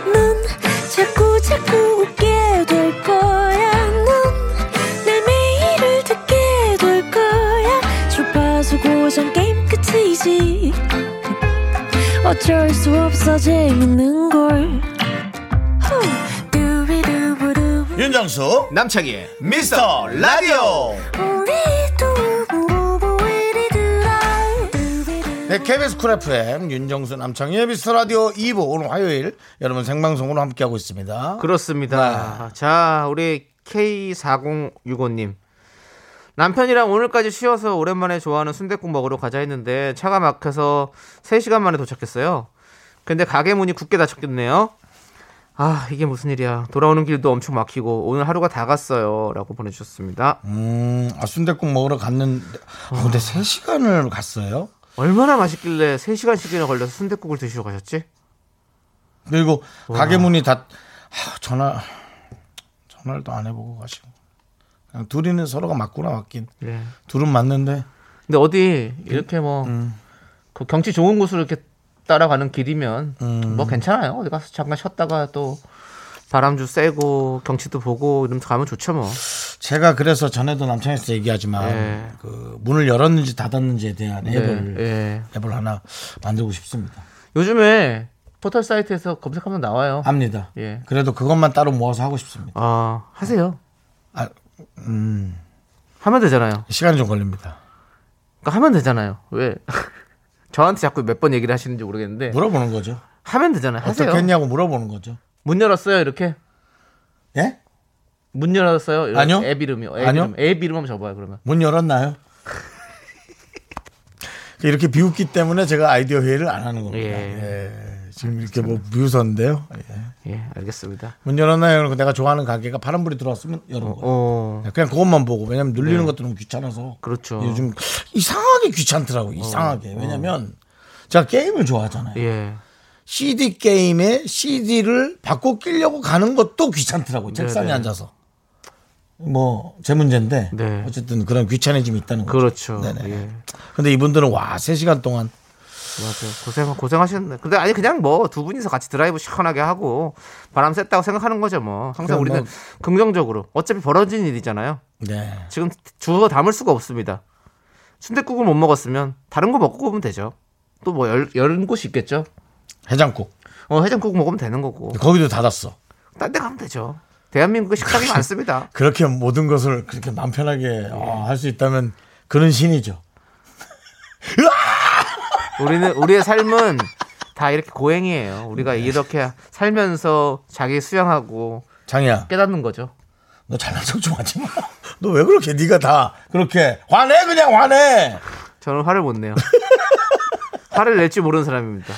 [SPEAKER 6] 넌 자꾸 자꾸 웃게 될 거야. 넌내 매일을 듣게 될 거야. 주파수 고정 게임 끝이지. 어쩔 수 없어 재밌는 걸. 후. 두비두부두부.
[SPEAKER 7] 윤정수
[SPEAKER 2] 남창희의
[SPEAKER 7] 미스터 라디오
[SPEAKER 1] 네, KBS 쿨 FM 윤정수 남창희의 미스터 라디오 2부 오늘 화요일 여러분 생방송으로 함께하고 있습니다.
[SPEAKER 2] 그렇습니다. 자, 우리 K4065님. 남편이랑 오늘까지 쉬어서 오랜만에 좋아하는 순댓국 먹으러 가자 했는데 차가 막혀서 3시간 만에 도착했어요. 근데 가게 문이 굳게 닫혔겠네요. 아, 이게 무슨 일이야. 돌아오는 길도 엄청 막히고 오늘 하루가 다 갔어요. 라고 보내주셨습니다.
[SPEAKER 1] 음, 아, 순대국 먹으러 갔는데 아, 근데 3시간을 갔어요?
[SPEAKER 2] 얼마나 맛있길래 3시간씩이나 걸려서 순댓국을 드시러 가셨지?
[SPEAKER 1] 그리고 가게 문이 다 아, 전화 전화를도 안 해보고 가시고 그냥 둘이는 서로가 맞구나 맞긴
[SPEAKER 2] 네.
[SPEAKER 1] 둘은 맞는데
[SPEAKER 2] 근데 어디 이렇게 뭐
[SPEAKER 1] 음.
[SPEAKER 2] 그 경치 좋은 곳으로 이렇게 따라가는 길이면
[SPEAKER 1] 음.
[SPEAKER 2] 뭐 괜찮아요. 어디 가서 잠깐 쉬었다가 또 바람도 쐬고 경치도 보고 이러면서 가면 좋죠 뭐.
[SPEAKER 1] 제가 그래서 전에도 남창에서 얘기하지만
[SPEAKER 7] 네.
[SPEAKER 2] 예.
[SPEAKER 1] 그 문을 열었는지 닫았는지에 대한 앱을
[SPEAKER 2] 예, 예.
[SPEAKER 1] 앱을 하나 만들고 싶습니다.
[SPEAKER 2] 요즘에 포털 사이트에서 검색하면 나와요.
[SPEAKER 1] 압니다.
[SPEAKER 2] 예.
[SPEAKER 1] 그래도 그것만 따로 모아서 하고 싶습니다.
[SPEAKER 2] 아 하세요.
[SPEAKER 1] 아, 음,
[SPEAKER 2] 하면 되잖아요.
[SPEAKER 1] 시간이 좀 걸립니다.
[SPEAKER 2] 그러니까 하면 되잖아요. 왜 [LAUGHS] 저한테 자꾸 몇 번 얘기를 하시는지 모르겠는데
[SPEAKER 1] 물어보는 거죠.
[SPEAKER 2] 하면 되잖아요. 하세요.
[SPEAKER 1] 뭐? 어떻게 했냐고 물어보는 거죠.
[SPEAKER 2] 문 열었어요 이렇게.
[SPEAKER 1] 예?
[SPEAKER 2] 문 열었어요. 이렇게.
[SPEAKER 1] 아니요.
[SPEAKER 2] 앱 이름이요. 앱
[SPEAKER 1] 아니요.
[SPEAKER 2] 이름. 앱 이름 한번 적어봐요 그러면.
[SPEAKER 1] 문 열었나요? [LAUGHS] 이렇게 비웃기 때문에 제가 아이디어 회의를 안 하는 겁니다.
[SPEAKER 2] 예.
[SPEAKER 1] 예, 지금 이렇게 뭐 비웃었는데요. 예.
[SPEAKER 2] 예 알겠습니다.
[SPEAKER 1] 문 열었나요? 그리고 내가 좋아하는 가게가 파란불이 들어왔으면 열은 거예요.
[SPEAKER 2] 어. 예.
[SPEAKER 1] 그냥 그것만 보고 왜냐면 눌리는 것도 너무 귀찮아서
[SPEAKER 2] 그렇죠. 어.
[SPEAKER 1] 요즘 이상하게 귀찮더라고 이상하게 왜냐면 제가 게임을 좋아하잖아요
[SPEAKER 2] 예.
[SPEAKER 1] CD 게임에 CD를 바꿔 끼려고 가는 것도 귀찮더라고요. 책상에
[SPEAKER 2] 네네.
[SPEAKER 1] 앉아서. 뭐 제 문제인데
[SPEAKER 2] 네.
[SPEAKER 1] 어쨌든 그런 귀찮아짐이 있다는 거죠.
[SPEAKER 2] 그렇죠.
[SPEAKER 1] 네네.
[SPEAKER 2] 예.
[SPEAKER 1] 근데 이분들은 와 3시간 동안
[SPEAKER 2] 맞아요. 고생 고생하셨네. 근데 아니 그냥 뭐 두 분이서 같이 드라이브 시원하게 하고 바람 쐈다고 생각하는 거죠 뭐. 항상
[SPEAKER 1] 그럼
[SPEAKER 2] 우리는
[SPEAKER 1] 뭐-
[SPEAKER 2] 긍정적으로 어차피 벌어진 일이잖아요.
[SPEAKER 1] 네.
[SPEAKER 2] 지금 주워 담을 수가 없습니다. 순대국을 못 먹었으면 다른 거 먹고 오면 되죠. 또 뭐 열, 열은 곳이 있겠죠.
[SPEAKER 1] 해장국.
[SPEAKER 2] 어 해장국 먹으면 되는 거고.
[SPEAKER 1] 거기도 닫았어.
[SPEAKER 2] 딴 데 가면 되죠. 대한민국 식당이 많습니다.
[SPEAKER 1] 그렇게 모든 것을 그렇게 마음 편하게 어,
[SPEAKER 2] 네.
[SPEAKER 1] 할 수 있다면 그런 신이죠.
[SPEAKER 2] 우리는 우리의 삶은 다 이렇게 고행이에요. 우리가
[SPEAKER 1] 네.
[SPEAKER 2] 이렇게 살면서 자기 수양하고
[SPEAKER 1] 장이야.
[SPEAKER 2] 깨닫는 거죠.
[SPEAKER 1] 너 잘난 척 좀 하지 마. [LAUGHS] 너 왜 그렇게 네가 다 그렇게 화내 그냥 화내.
[SPEAKER 2] 저는 화를 못
[SPEAKER 1] [LAUGHS]
[SPEAKER 2] 내요. 화를 낼 줄 모르는 사람입니다.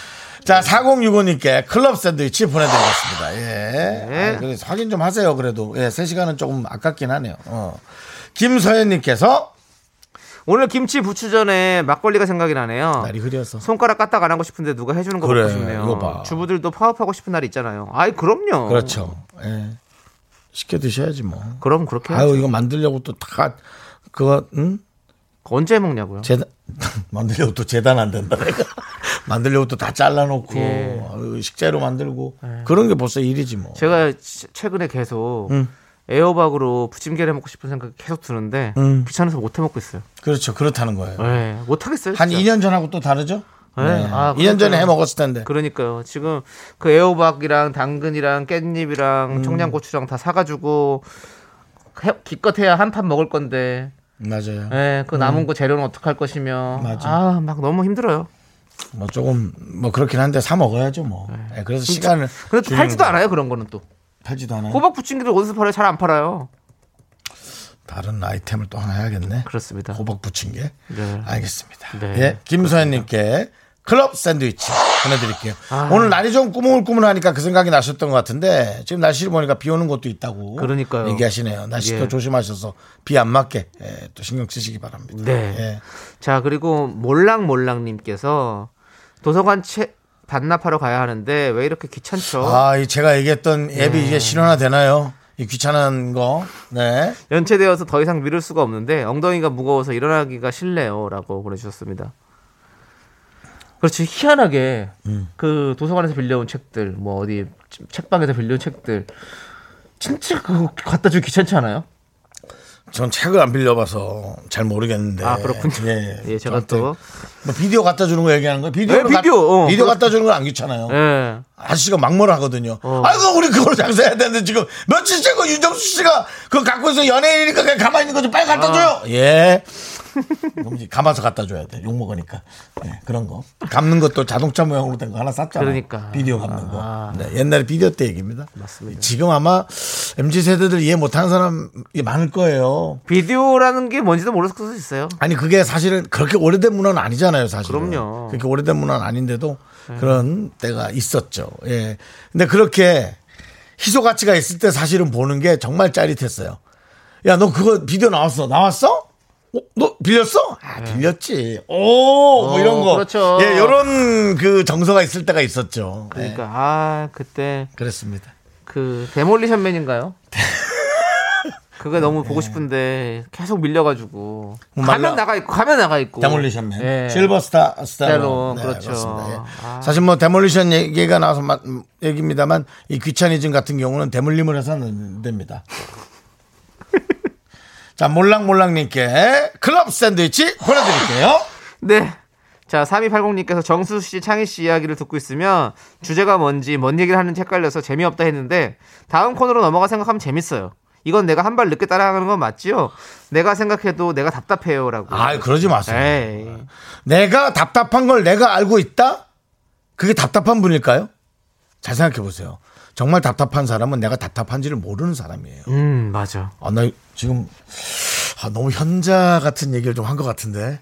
[SPEAKER 1] 자, 4065님께 클럽 샌드위치 보내드리겠습니다. 예.
[SPEAKER 2] 네.
[SPEAKER 1] 아니, 그래서 확인 좀 하세요, 그래도. 예, 3시간은 조금 아깝긴 하네요. 어. 김서연님께서
[SPEAKER 2] 오늘 김치 부추전에 막걸리가 생각이 나네요.
[SPEAKER 1] 날이 흐려서.
[SPEAKER 2] 손가락 까딱 안 하고 싶은데 누가 해주는 거
[SPEAKER 1] 그래,
[SPEAKER 2] 먹고 싶네요.
[SPEAKER 1] 이거 봐.
[SPEAKER 2] 주부들도 파업하고 싶은 날 있잖아요. 아이 그럼요.
[SPEAKER 1] 그렇죠. 예. 시켜 드셔야지 뭐.
[SPEAKER 2] 그럼 그렇게 해야죠.
[SPEAKER 1] 아유, 이거 만들려고 또 다 그거 응?
[SPEAKER 2] 언제 먹냐고요.
[SPEAKER 1] 재단 [LAUGHS] 만들려고 또 재단 안 된다 [LAUGHS] 내가. 만들려고 또 다 잘라놓고
[SPEAKER 2] 예.
[SPEAKER 1] 아유, 식재료 만들고 그런 게 벌써 일이지 뭐.
[SPEAKER 2] 제가 치- 최근에 계속 에어박으로 부침개를 먹고 싶은 생각이 계속 드는데
[SPEAKER 1] 음.
[SPEAKER 2] 귀찮아서 못 해 먹고 있어요.
[SPEAKER 1] 그렇죠. 그렇다는 거예요.
[SPEAKER 2] 네, 못 하겠어요.
[SPEAKER 1] 한
[SPEAKER 2] 진짜.
[SPEAKER 1] 2년 전하고 또 다르죠?
[SPEAKER 2] 네. 아,
[SPEAKER 1] 2년 전에
[SPEAKER 2] 그러니까요.
[SPEAKER 1] 해 먹었을 텐데.
[SPEAKER 2] [LAUGHS] 그러니까요. 지금 그 애호박이랑 당근이랑 깻잎이랑
[SPEAKER 1] 음.
[SPEAKER 2] 청양고추랑 다 사가지고 해- 기껏 해야 한 판 먹을 건데,
[SPEAKER 1] 맞아요.
[SPEAKER 2] 예, 그 남은 거 재료는 어떡할 것이며,
[SPEAKER 1] 음. 맞아.
[SPEAKER 2] 아, 막 너무 힘들어요.
[SPEAKER 1] 뭐 조금 뭐 그렇긴 한데 사 먹어야죠 뭐. 예, 그래서 시간을
[SPEAKER 2] 근데 또
[SPEAKER 1] 주는
[SPEAKER 2] 팔지도
[SPEAKER 1] 거.
[SPEAKER 2] 않아요 네. 그런 거는 또.
[SPEAKER 1] 팔지도 않아요.
[SPEAKER 2] 호박 부침개도 어디서 팔아요? 잘 안 팔아요.
[SPEAKER 1] 다른 아이템을 또 하나 해야겠네.
[SPEAKER 2] 그렇습니다.
[SPEAKER 1] 호박 부친 게.
[SPEAKER 2] 네.
[SPEAKER 1] 알겠습니다.
[SPEAKER 2] 네.
[SPEAKER 1] 예, 김소연님께 클럽 샌드위치 보내드릴게요.
[SPEAKER 2] 아.
[SPEAKER 1] 오늘 날이 좀 꾸물꾸물하니까 그 생각이 나셨던 것 같은데 지금 날씨를 보니까 비 오는 곳도 있다고.
[SPEAKER 2] 그러니까요.
[SPEAKER 1] 얘기하시네요. 날씨도
[SPEAKER 2] 예.
[SPEAKER 1] 조심하셔서 비 안 맞게 예, 또 신경 쓰시기 바랍니다.
[SPEAKER 2] 네.
[SPEAKER 1] 예.
[SPEAKER 2] 자 그리고 몰랑몰랑님께서 도서관 책 반납하러 가야 하는데 왜 이렇게 귀찮죠?
[SPEAKER 1] 아, 이 제가 얘기했던 앱이
[SPEAKER 2] 네.
[SPEAKER 1] 이제 실현화 되나요? 이 귀찮은 거. 네.
[SPEAKER 2] 연체되어서 더 이상 미룰 수가 없는데 엉덩이가 무거워서 일어나기가 싫네요라고 보내주셨습니다. 그렇지 희한하게
[SPEAKER 1] 음.
[SPEAKER 2] 그 도서관에서 빌려온 책들 뭐 어디 책방에서 빌려온 책들 진짜 그거 갖다 주기 귀찮지 않아요?
[SPEAKER 1] 전 책을 안 빌려봐서 잘 모르겠는데.
[SPEAKER 2] 아, 그렇군요.
[SPEAKER 1] 예,
[SPEAKER 2] [LAUGHS] 예, 제가
[SPEAKER 1] 저한테
[SPEAKER 2] 또.
[SPEAKER 1] 뭐 비디오 갖다 주는 거 얘기하는 거예요? 비디오,
[SPEAKER 2] 네, 비디오, 어.
[SPEAKER 1] 비디오 갖다 주는 건 안 귀찮아요.
[SPEAKER 2] 예. 어.
[SPEAKER 1] 아저씨가 막말 하거든요. 아이고, 우리 그걸 장사해야 되는데 지금 며칠째 그 윤정수 씨가 그거 갖고 있어 연예인이니까 그냥 가만히 있는 거지 빨리
[SPEAKER 2] 아.
[SPEAKER 1] 갖다 줘요. 예. 그럼 이제 감아서 갖다 줘야 돼. 욕 먹으니까. 예, 그런 거. 감는 것도 자동차 모양으로 된 거 하나 샀잖아요.
[SPEAKER 2] 그러니까. 아.
[SPEAKER 1] 비디오 감는 거. 네, 옛날에 비디오 때 얘기입니다. 맞습니다. 지금 아마 MZ 세대들 이해 못하는 사람이 많을 거예요.
[SPEAKER 2] 비디오라는 게 뭔지도 모를 수 있어요.
[SPEAKER 1] 아니 그게 사실은 그렇게 오래된 문화는 아니잖아요 사실.
[SPEAKER 2] 그럼요. 네.
[SPEAKER 1] 그렇게 오래된 문화는 아닌데도 그런 때가 있었죠. 예. 근데 그렇게 희소 가치가 있을 때 사실은 보는 게 정말 짜릿했어요. 야 너 그거 비디오 나왔어 나왔어? 어, 너 빌렸어? 아 빌렸지. 오뭐 이런 거.
[SPEAKER 2] 네. 그렇죠.
[SPEAKER 1] 예 이런 그 정서가 있을 때가 있었죠.
[SPEAKER 2] 그러니까
[SPEAKER 1] 예,
[SPEAKER 2] 아 그때
[SPEAKER 1] 그랬습니다.
[SPEAKER 2] 그
[SPEAKER 1] [LAUGHS]
[SPEAKER 2] 데몰리션맨인가요? 그거 너무 보고 싶은데 계속 밀려가지고
[SPEAKER 1] 네. 뭐 말라-
[SPEAKER 2] 가면 나가 있고 가면 나가 있고
[SPEAKER 1] 데몰리션맨,
[SPEAKER 2] 예.
[SPEAKER 1] 실버스타 스타로
[SPEAKER 2] 스타로, 그렇죠. 아.
[SPEAKER 1] 네, 사실 뭐 데몰리션 얘기가 나와서 마- 음, 얘기입니다만 이 귀차니즘 같은 경우는 데몰림을 해서는 안 됩니다. [LAUGHS] 자 몰랑몰랑님께 클럽 샌드위치 보내드릴게요.
[SPEAKER 2] 네. 자, 3280님께서 정수 씨, 창희 씨 이야기를 듣고 있으면 주제가 뭔지 뭔 얘기를 하는지 헷갈려서 재미없다 했는데 다음 코너로 넘어가 생각하면 재밌어요. 이건 내가 한 발 늦게 따라가는 건 맞지요? 내가 생각해도 내가 답답해요라고.
[SPEAKER 1] 아 그러지 마세요.
[SPEAKER 2] 에이.
[SPEAKER 1] 내가 답답한 걸 내가 알고 있다? 그게 답답한 분일까요? 잘 생각해 보세요. 정말 답답한 사람은 내가 답답한지를 모르는 사람이에요.
[SPEAKER 2] 음, 맞아.
[SPEAKER 1] 아, 나 지금 아, 너무 현자 같은 얘기를 좀 한 것 같은데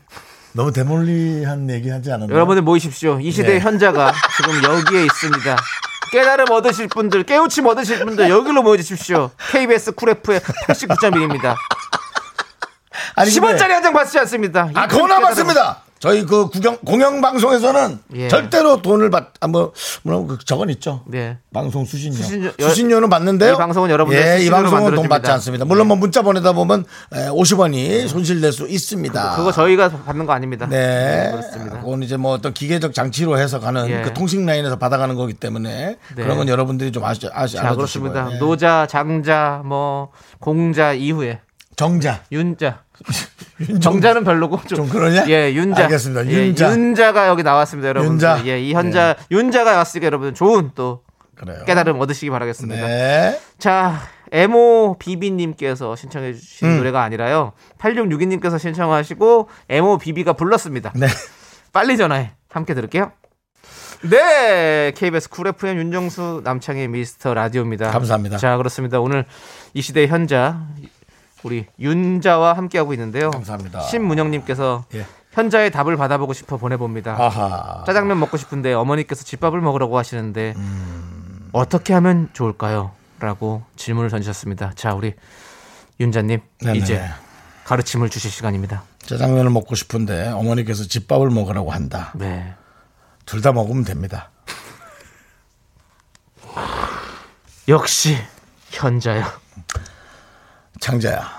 [SPEAKER 1] 너무 데몰리한 얘기하지 않았나?
[SPEAKER 2] 여러분들 모이십시오. 이 시대의
[SPEAKER 1] 예.
[SPEAKER 2] 현자가 지금 여기에 있습니다. 깨달음 얻으실 분들, 깨우침 얻으실 분들 여기로 모여주십시오. KBS 쿨 FM 89.1입니다.
[SPEAKER 1] 아니, 근데-
[SPEAKER 2] 10원짜리 한 장 받지 않습니다.
[SPEAKER 1] 아 그건
[SPEAKER 2] 깨달음.
[SPEAKER 1] 남았습니다. 저희 그 구경 공영 방송에서는
[SPEAKER 2] 예.
[SPEAKER 1] 절대로 돈을 받 아뭐 뭐라고 그 저건 있죠.
[SPEAKER 2] 네.
[SPEAKER 1] 방송 수신료.
[SPEAKER 2] 수신료- 여-
[SPEAKER 1] 수신료, 는 받는데요.
[SPEAKER 2] 이 방송은 여러분들의
[SPEAKER 1] 예, 이
[SPEAKER 2] 수신료로
[SPEAKER 1] 방송은 돈
[SPEAKER 2] 만들어집니다. 네.
[SPEAKER 1] 받지 않습니다. 물론 뭐 문자 보내다 보면 50원이 손실될 수 있습니다.
[SPEAKER 2] 그거 저희가 받는 거 아닙니다.
[SPEAKER 1] 아. 네.
[SPEAKER 2] 그렇습니다.
[SPEAKER 1] 그건 이제 뭐 어떤 기계적 장치로 해서 가는
[SPEAKER 2] 예.
[SPEAKER 1] 그 통신 라인에서 받아가는 거기 때문에
[SPEAKER 2] 네.
[SPEAKER 1] 그런 건 여러분들이 좀 아시, 아시,
[SPEAKER 2] 자,
[SPEAKER 1] 알아주시고요.
[SPEAKER 2] 그렇습니다.
[SPEAKER 1] 예.
[SPEAKER 2] 노자, 장자, 뭐 공자 이후에
[SPEAKER 1] 정자.
[SPEAKER 2] 윤자. 정자는 별로고 좀,
[SPEAKER 1] 좀 그러냐?
[SPEAKER 2] 예, 윤자.
[SPEAKER 1] 알겠습니다.
[SPEAKER 2] 예,
[SPEAKER 1] 윤자.
[SPEAKER 2] 윤자가 여기 나왔습니다, 여러분.
[SPEAKER 1] 윤자.
[SPEAKER 2] 들 예, 이 현자 윤자가 왔으니까 여러분 좋은 또
[SPEAKER 1] 그래요.
[SPEAKER 2] 깨달음 얻으시기 바라겠습니다.
[SPEAKER 1] 어. 네.
[SPEAKER 2] 자, 에모 비비님께서 신청해 주신
[SPEAKER 1] 음.
[SPEAKER 2] 노래가 아니라요. 8662님께서 신청하시고 에모 비비가 불렀습니다.
[SPEAKER 1] 네.
[SPEAKER 2] 빨리 전화해. 함께 들을게요. 네, KBS 쿨 FM 윤정수 남창의 미스터 라디오입니다.
[SPEAKER 1] 감사합니다.
[SPEAKER 2] 자, 그렇습니다. 오늘 이 시대 현자 우리 윤자와 함께 하고 있는데요.
[SPEAKER 1] 감사합니다.
[SPEAKER 2] 신문영님께서
[SPEAKER 1] 예.
[SPEAKER 2] 현자의 답을 받아보고 싶어 보내봅니다.
[SPEAKER 1] 아하.
[SPEAKER 2] 짜장면 먹고 싶은데 어머니께서 집밥을 먹으라고 하시는데
[SPEAKER 1] 음.
[SPEAKER 2] 어떻게 하면 좋을까요? 라고 질문을 던지셨습니다. 자, 우리 윤자님
[SPEAKER 1] 네네.
[SPEAKER 2] 이제 가르침을 주실 시간입니다.
[SPEAKER 1] 짜장면을 먹고 싶은데 어머니께서 집밥을 먹으라고 한다.
[SPEAKER 2] 네.
[SPEAKER 1] 둘 다 먹으면 됩니다.
[SPEAKER 2] 역시 현자요.
[SPEAKER 1] 창자야.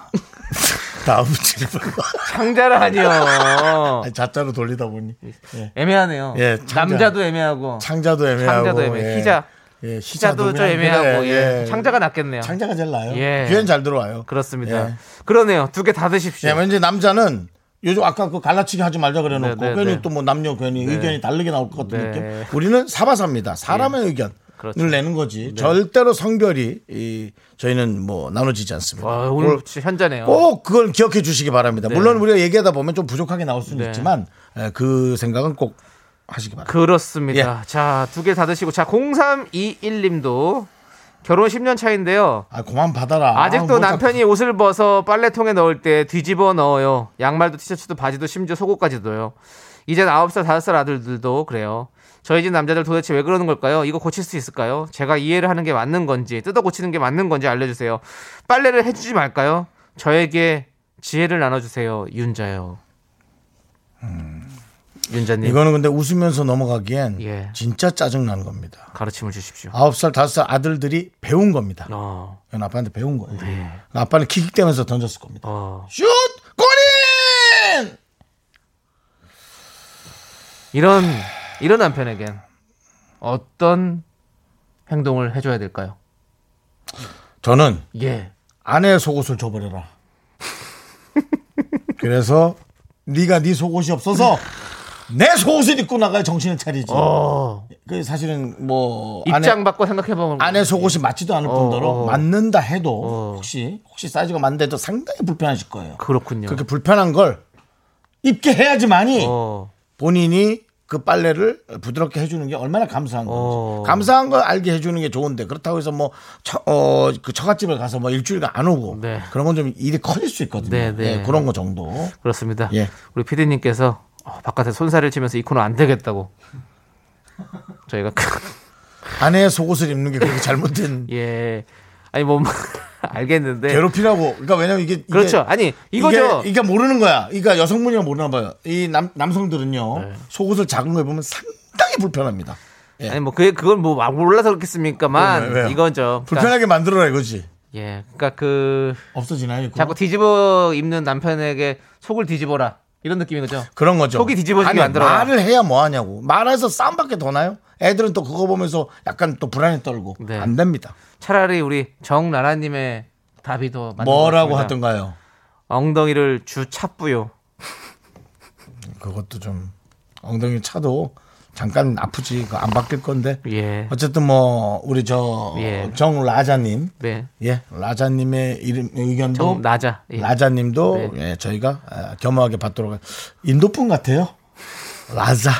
[SPEAKER 1] [LAUGHS] 다음
[SPEAKER 2] [LAUGHS]
[SPEAKER 1] 질문.
[SPEAKER 2] 창자라니요.
[SPEAKER 1] 아니, 자자로 돌리다 보니. 예.
[SPEAKER 2] [LAUGHS] 애매하네요.
[SPEAKER 1] 예, 창자.
[SPEAKER 2] 남자도 애매하고
[SPEAKER 1] 창자도 애매하고.
[SPEAKER 2] 창자도 애매. 희자.
[SPEAKER 1] 예, 희자도,
[SPEAKER 2] 희자도 좀 애매하고 예. 창자가 낫겠네요.
[SPEAKER 1] 창자가 제일 나요.
[SPEAKER 2] 예.
[SPEAKER 1] 귀엔 잘 들어와요.
[SPEAKER 2] 그렇습니다.
[SPEAKER 1] 예.
[SPEAKER 2] 그러네요. 두 개 다 드십시오.
[SPEAKER 1] 예, 왠지 남자는 요즘 아까 그 갈라치기 하지 말자 그래놓고
[SPEAKER 2] 네, 네,
[SPEAKER 1] 괜히
[SPEAKER 2] 네.
[SPEAKER 1] 또 뭐 남녀 괜히 의견이 다르게 나올 것 같은
[SPEAKER 2] 네.
[SPEAKER 1] 느낌. 우리는 사바사입니다. 사람의 의견을
[SPEAKER 2] 그렇죠.
[SPEAKER 1] 내는 거지. 절대로 성별이 이, 저희는 뭐 나눠지지 않습니다.
[SPEAKER 2] 와, 아, 오늘 네. 진짜 현자네요.
[SPEAKER 1] 꼭 그걸 기억해 주시기 바랍니다. 물론 우리가 얘기하다 보면 좀 부족하게 나올
[SPEAKER 2] 네.
[SPEAKER 1] 수는 있지만 예, 그 생각은 꼭 하시기 바랍니다.
[SPEAKER 2] 그렇습니다.
[SPEAKER 1] 예.
[SPEAKER 2] 자, 두 개 다 드시고. 자, 0321님도 결혼 10년 차인데요.
[SPEAKER 1] 아, 그만 받아라.
[SPEAKER 2] 아직도
[SPEAKER 1] 아, 뭐 자-
[SPEAKER 2] 남편이 옷을 벗어 빨래통에 넣을 때 뒤집어 넣어요. 양말도 티셔츠도 바지도 심지어 속옷까지도요. 이젠 9살, 5살 아들들도 그래요. 저희 집 남자들 도대체 왜 그러는 걸까요? 이거 고칠 수 있을까요? 제가 이해를 하는 게 맞는 건지, 뜯어 고치는 게 맞는 건지 알려주세요. 빨래를 해주지 말까요? 저에게 지혜를 나눠주세요. 윤자요. 윤자님.
[SPEAKER 1] 음. 이거는 근데 웃으면서 넘어가기엔
[SPEAKER 2] 예.
[SPEAKER 1] 진짜 짜증나는 겁니다.
[SPEAKER 2] 가르침을 주십시오.
[SPEAKER 1] 아홉 살 다섯 살 아들들이 배운 겁니다.
[SPEAKER 2] 어,
[SPEAKER 1] 이건 아빠한테 배운 거예요. 그러니까 아빠는 킥킥대면서 던졌을 겁니다.
[SPEAKER 2] 어.
[SPEAKER 1] 슛! 골인!
[SPEAKER 2] 이런 이런 남편에겐 어떤 행동을 해줘야 될까요?
[SPEAKER 1] 저는
[SPEAKER 2] 예. [LAUGHS]
[SPEAKER 1] 아내의 속옷을 줘버려라. 그래서 네가 네 속옷이 없어서 내 속옷을 입고 나가야 정신을 차리지.
[SPEAKER 2] 어.
[SPEAKER 1] 그 사실은 뭐 아내-
[SPEAKER 2] 입장 받고 생각해보면
[SPEAKER 1] 안에 속옷이 맞지도 않을 뿐더러
[SPEAKER 2] 어.
[SPEAKER 1] 맞는다 해도
[SPEAKER 2] 어.
[SPEAKER 1] 혹시 혹시 사이즈가 맞는데도 상당히 불편하실 거예요.
[SPEAKER 2] 그렇군요.
[SPEAKER 1] 그렇게 불편한 걸 입게 해야지만이
[SPEAKER 2] 어.
[SPEAKER 1] 본인이 그 빨래를 부드럽게 해주는 게 얼마나 감사한 건지
[SPEAKER 2] 어.
[SPEAKER 1] 감사한 걸 알게 해주는 게 좋은데 그렇다고 해서 뭐 처, 어, 그 처갓집을 가서 뭐 일주일간 안 오고
[SPEAKER 2] 네.
[SPEAKER 1] 그런 건 좀 일이 커질 수 있거든요.
[SPEAKER 2] 네, 네.
[SPEAKER 1] 예, 그런 거 정도.
[SPEAKER 2] 그렇습니다.
[SPEAKER 1] 예.
[SPEAKER 2] 우리 피디님께서 어, 바깥에 손살을 치면서 이 코너 안 되겠다고 저희가 그,
[SPEAKER 1] 아내의 속옷을 입는 게 그렇게 잘못된
[SPEAKER 2] [LAUGHS] 예 아니 뭐 [LAUGHS] 알겠는데
[SPEAKER 1] 괴롭히라고. 그러니까 왜냐면 이게, 이게
[SPEAKER 2] 예. 그렇죠. 아니 이거죠.
[SPEAKER 1] 이게, 이게 모르는 거야. 그러니까 여성분이랑 모르나 봐요. 이 남, 남성들은요.
[SPEAKER 2] 네.
[SPEAKER 1] 속옷을 작은 거 입으면 상당히 불편합니다. 예.
[SPEAKER 2] 아니 뭐 그게 그건 뭐 몰라서 그렇겠습니까만
[SPEAKER 1] 그러면 왜요?
[SPEAKER 2] 이거죠. 그러니까,
[SPEAKER 1] 불편하게 만들어라 이거지.
[SPEAKER 2] 예, 그러니까 그
[SPEAKER 1] 없어지나요? 이거?
[SPEAKER 2] 자꾸 뒤집어 입는 남편에게 속을 뒤집어라 이런 느낌인 거죠.
[SPEAKER 1] 그런 거죠.
[SPEAKER 2] 속이 뒤집어지게
[SPEAKER 1] 아니,
[SPEAKER 2] 만들어요.
[SPEAKER 1] 말을 해야 뭐 하냐고. 말해서 싸움밖에 더 나요? 애들은 또 그거 보면서 약간 또 불안에 떨고
[SPEAKER 2] 네.
[SPEAKER 1] 안 됩니다.
[SPEAKER 2] 차라리 우리 정나라님의 답이 더 맞는
[SPEAKER 1] 뭐라고
[SPEAKER 2] 것 같습니다.
[SPEAKER 1] 하던가요?
[SPEAKER 2] 엉덩이를 주 찹부요.
[SPEAKER 1] 그것도 좀 엉덩이 차도 잠깐 아프지 그거 안 바뀔 건데.
[SPEAKER 2] 예.
[SPEAKER 1] 어쨌든 뭐 우리 저
[SPEAKER 2] 예.
[SPEAKER 1] 정라자님
[SPEAKER 2] 네.
[SPEAKER 1] 예, 라자님의 이름, 의견도
[SPEAKER 2] 좀 낮아. 예.
[SPEAKER 1] 라자님도 예, 저희가 아, 겸허하게 받도록 하- 인도 분 같아요. 라자.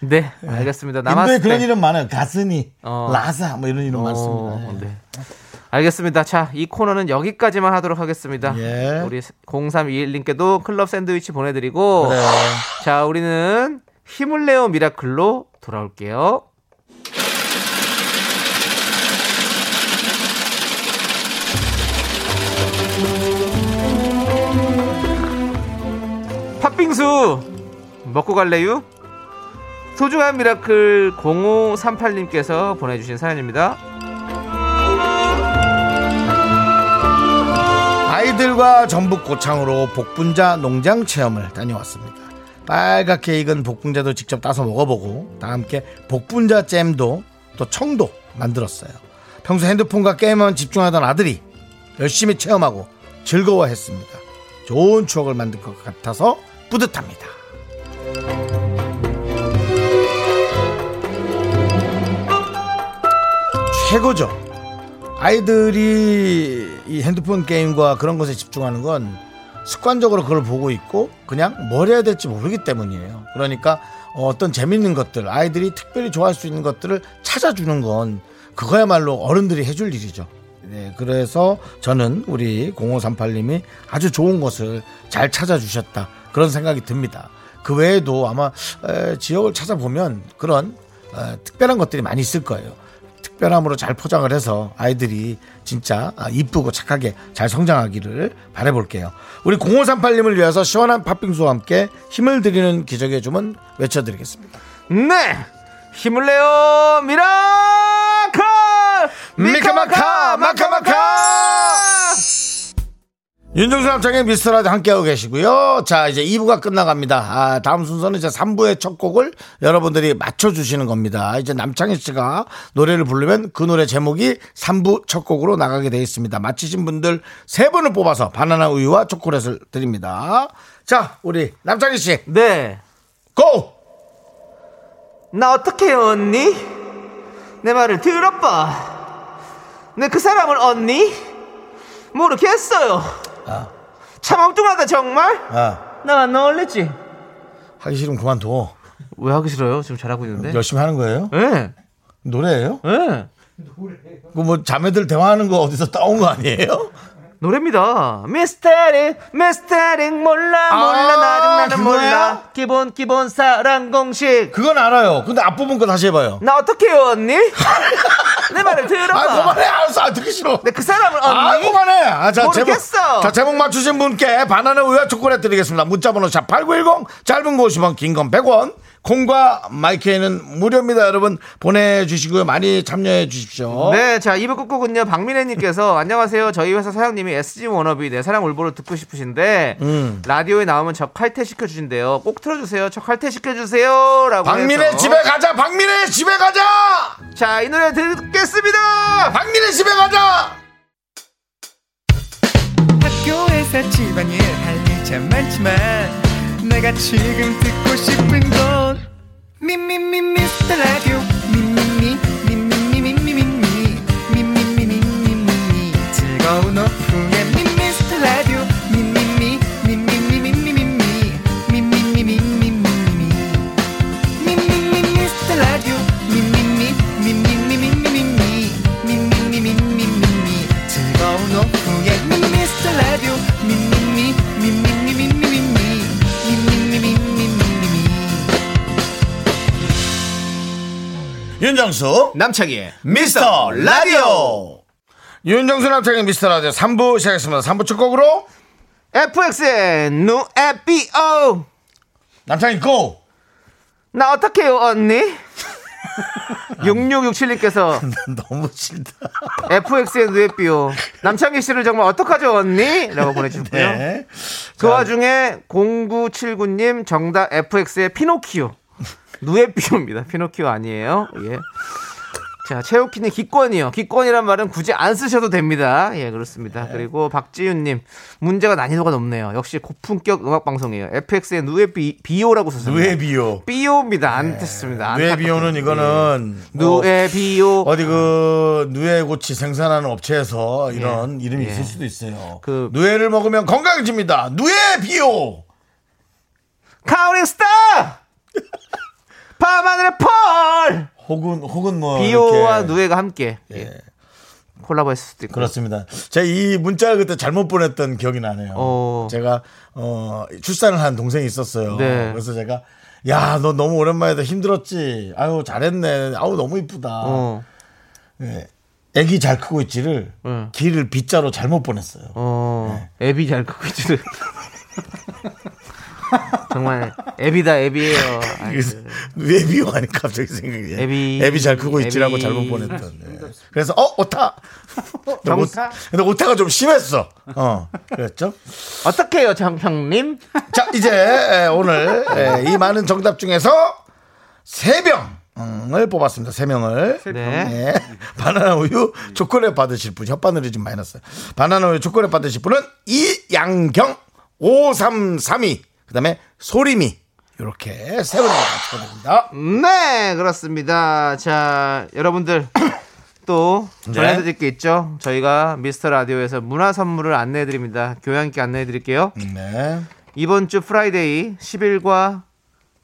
[SPEAKER 2] 네. 알겠습니다.
[SPEAKER 1] 예. 인도에
[SPEAKER 2] 남았을 때.
[SPEAKER 1] 그런 이름 많아요. 가스니,
[SPEAKER 2] 어.
[SPEAKER 1] 라자 뭐 이런 이름 많습니다.
[SPEAKER 2] 어,
[SPEAKER 1] 예.
[SPEAKER 2] 네. 알겠습니다. 자, 이 코너는 여기까지만 하도록 하겠습니다.
[SPEAKER 1] 예.
[SPEAKER 2] 우리 0321님께도 클럽 샌드위치 보내드리고,
[SPEAKER 1] 그래요.
[SPEAKER 2] 자, 우리는 힘을 내어 미라클로 돌아올게요. 팥빙수 먹고 갈래요? 소중한 미라클 0538님께서 보내주신 사연입니다.
[SPEAKER 1] 아이들과 전북 고창으로 복분자 농장 체험을 다녀왔습니다. 빨갛게 익은 복분자도 직접 따서 먹어보고 다 함께 복분자 잼도 또 청도 만들었어요. 평소 핸드폰과 게임만 집중하던 아들이 열심히 체험하고 즐거워했습니다. 좋은 추억을 만들 것 같아서 뿌듯합니다. 최고죠. 아이들이 이 핸드폰 게임과 그런 것에 집중하는 건 습관적으로 그걸 보고 있고 그냥 뭘 해야 될지 모르기 때문이에요. 그러니까 어떤 재밌는 것들, 아이들이 특별히 좋아할 수 있는 것들을 찾아주는 건 그거야말로 어른들이 해줄 일이죠. 네, 그래서 저는 우리 0538님이 아주 좋은 것을 잘 찾아주셨다. 그런 생각이 듭니다. 그 외에도 아마 에, 지역을 찾아보면 그런 어, 특별한 것들이 많이 있을 거예요. 특별함으로 잘 포장을 해서 아이들이 진짜 아, 이쁘고 착하게 잘 성장하기를 바라볼게요. 우리 0538님을 위해서 시원한 팥빙수와 함께 힘을 드리는 기적의 주문 외쳐드리겠습니다.
[SPEAKER 2] 네! 힘을 내요! 미라클!
[SPEAKER 1] 미카마카 마카마카 윤정수 남창의 미스터라도 함께하고 계시고요. 자 이제 2부가 끝나갑니다. 아, 다음 순서는 이제 3부의 첫 곡을 여러분들이 맞춰주시는 겁니다. 이제 남창희 씨가 노래를 부르면 그 노래 제목이 3부 첫 곡으로 나가게 되어 있습니다. 맞히신 분들 3분을 뽑아서 바나나 우유와 초콜릿을 드립니다. 자 우리 남창희 씨
[SPEAKER 2] 네.
[SPEAKER 1] 고!
[SPEAKER 2] 나 어떻게 해요, 언니? 내 말을 들어봐. 내 그 사람을 언니? 모르겠어요. 아. 참 엉뚱하다, 정말?
[SPEAKER 1] 아,
[SPEAKER 2] 나안 어울리지?
[SPEAKER 1] 하기 싫으면 그만둬.
[SPEAKER 2] 왜 하기 싫어요? 지금 잘하고 있는데?
[SPEAKER 1] 열심히 하는 거예요?
[SPEAKER 2] 예,
[SPEAKER 1] 노래예요?
[SPEAKER 2] 예.
[SPEAKER 1] 그 뭐 자매들 대화하는 거 어디서 따온 거 아니에요?
[SPEAKER 2] 노래입니다. 미스테리, 미스테리, 몰라, 몰라,
[SPEAKER 1] 아,
[SPEAKER 2] 나는, 나는
[SPEAKER 1] 그거야?
[SPEAKER 2] 몰라. 기본, 기본, 사랑 공식.
[SPEAKER 1] 그건 알아요. 근데 앞부분 거 다시 해봐요.
[SPEAKER 2] 나 어떻게 해요, 언니? [LAUGHS] 내 말을 들어봐.
[SPEAKER 1] 아, 그만해. 알았어. 아, 듣기 싫어.
[SPEAKER 2] 내 그 사람을 언니?
[SPEAKER 1] 아, 그만해. 아, 자,
[SPEAKER 2] 모르겠어.
[SPEAKER 1] 제목. 자, 제목 맞추신 분께 바나나 우유와 초콜릿 드리겠습니다. 문자번호 샵8910, 짧은 거 50원, 긴 건 100원. 콩과 마이크에는 무료입니다. 여러분, 보내주시고요. 많이 참여해 주십시오.
[SPEAKER 2] 네, 자, 2부 끝곡은요, 박민혜님께서, [LAUGHS] 안녕하세요. 저희 회사 사장님이 SG 워너비 내 사랑 울보를 듣고 싶으신데,
[SPEAKER 1] 음.
[SPEAKER 2] 라디오에 나오면 저 칼퇴시켜 주신대요. 꼭 틀어주세요. 저 칼퇴시켜주세요. 라고. 해서.
[SPEAKER 1] 박민혜 집에 가자. 박민혜 집에 가자.
[SPEAKER 2] 자, 이 노래 듣겠습니다!
[SPEAKER 1] 박민혜 집에 가자.
[SPEAKER 8] 학교에서 집안일 할 일 참 많지만 내가 지금 듣고 싶은 건 미미미 미스터 라디오 미미미 미미미 미미미 미미미 미미미 즐거운 오후에 미스터 라디오 미미미 미미미 미미미 미미미 미미미
[SPEAKER 7] 윤정수
[SPEAKER 2] 남창희의
[SPEAKER 7] 미스터 라디오
[SPEAKER 1] 윤정수 남창의 미스터 라디오 3부 시작했습니다. 3부 첫 곡으로
[SPEAKER 2] FX의 누 FBO
[SPEAKER 1] 남창이 고!
[SPEAKER 2] 나 어떡해요 언니? 6667님께서
[SPEAKER 1] [LAUGHS] 너무 싫다.
[SPEAKER 2] FX의 누 FBO 남창희 씨를 정말 어떡하죠 언니?
[SPEAKER 1] [LAUGHS]
[SPEAKER 2] 라고 보내주셨고요
[SPEAKER 1] 네.
[SPEAKER 2] 그 와중에 0979님 정답 FX의 피노키오 누에 피오입니다. 피노키오 아니에요. 예. 자, 채우키님 기권이요. 기권이란 말은 굳이 안 쓰셔도 됩니다. 예,
[SPEAKER 1] 네.
[SPEAKER 2] 그렇습니다. 그리고 박지윤님 문제가 난이도가 높네요. 역시 고품격 음악 방송이에요. FX의 누에 비, 비오라고 썼습니다.
[SPEAKER 1] 누에 비오. 네.
[SPEAKER 2] 비오입니다. 안 됐습니다. 예.
[SPEAKER 1] 누에 비오는 이거는 뭐
[SPEAKER 2] 누에 비오
[SPEAKER 1] 어디 그 누에 고치 생산하는 업체에서 이런 이름이 있을 수도 있어요.
[SPEAKER 2] 예. 그-
[SPEAKER 1] 누에를 먹으면 건강해집니다. 누에 비오.
[SPEAKER 2] 카운팅 스타
[SPEAKER 1] [LAUGHS]
[SPEAKER 2] 밤하늘의 펄
[SPEAKER 1] 혹은 혹은 뭐
[SPEAKER 2] 비오와
[SPEAKER 1] 이렇게.
[SPEAKER 2] 누에가 함께 어, 예. 콜라보했을 수도 있고
[SPEAKER 1] 그렇습니다. 제가 이 문자를 그때 잘못 보냈던 기억이 나네요.
[SPEAKER 2] 어.
[SPEAKER 1] 제가 어, 출산을 한 동생이 있었어요.
[SPEAKER 2] 네.
[SPEAKER 1] 그래서 제가 야 너 너무 오랜만이다 힘들었지. 아유 잘했네. 아우 너무 이쁘다.
[SPEAKER 2] 어.
[SPEAKER 1] 애기 잘 크고 있지를
[SPEAKER 2] 응.
[SPEAKER 1] 길을 빗자로 잘못 보냈어요.
[SPEAKER 2] 어, 앱이 잘 크고 있지. 정말 앱이다 앱이에요. 아이,
[SPEAKER 1] 그래서 [LAUGHS] 왜 미워하니 갑자기 생각이
[SPEAKER 2] 애비.
[SPEAKER 1] 애비 애비 잘 크고 있지라고
[SPEAKER 2] 애비.
[SPEAKER 1] 잘못 보냈던. 예. 그래서 어 오타. 근데 오-
[SPEAKER 2] 정타?
[SPEAKER 1] 근데 오타가 좀 심했어. 어 그랬죠.
[SPEAKER 2] 어떻게요, 장평님?
[SPEAKER 1] 자, 이제 에, 오늘 에, 이 많은 정답 중에서 세병을 뽑았습니다. 세명을
[SPEAKER 2] 네.
[SPEAKER 1] 네. 바나나 우유 초콜릿 받으실 분, 혓바늘이 좀 많이 났어요. 바나나 우유 초콜릿 받으실 분은 이양경 5332, 그 다음에 소림이. 이렇게 세 분을 맞춰드립니다.
[SPEAKER 2] 네, 그렇습니다. 자, 여러분들 또 전해드릴 게 있죠. 저희가 미스터 라디오에서 문화 선물을 안내해드립니다. 교양있게 안내해드릴게요.
[SPEAKER 1] 네.
[SPEAKER 2] 이번 주 프라이데이 10일과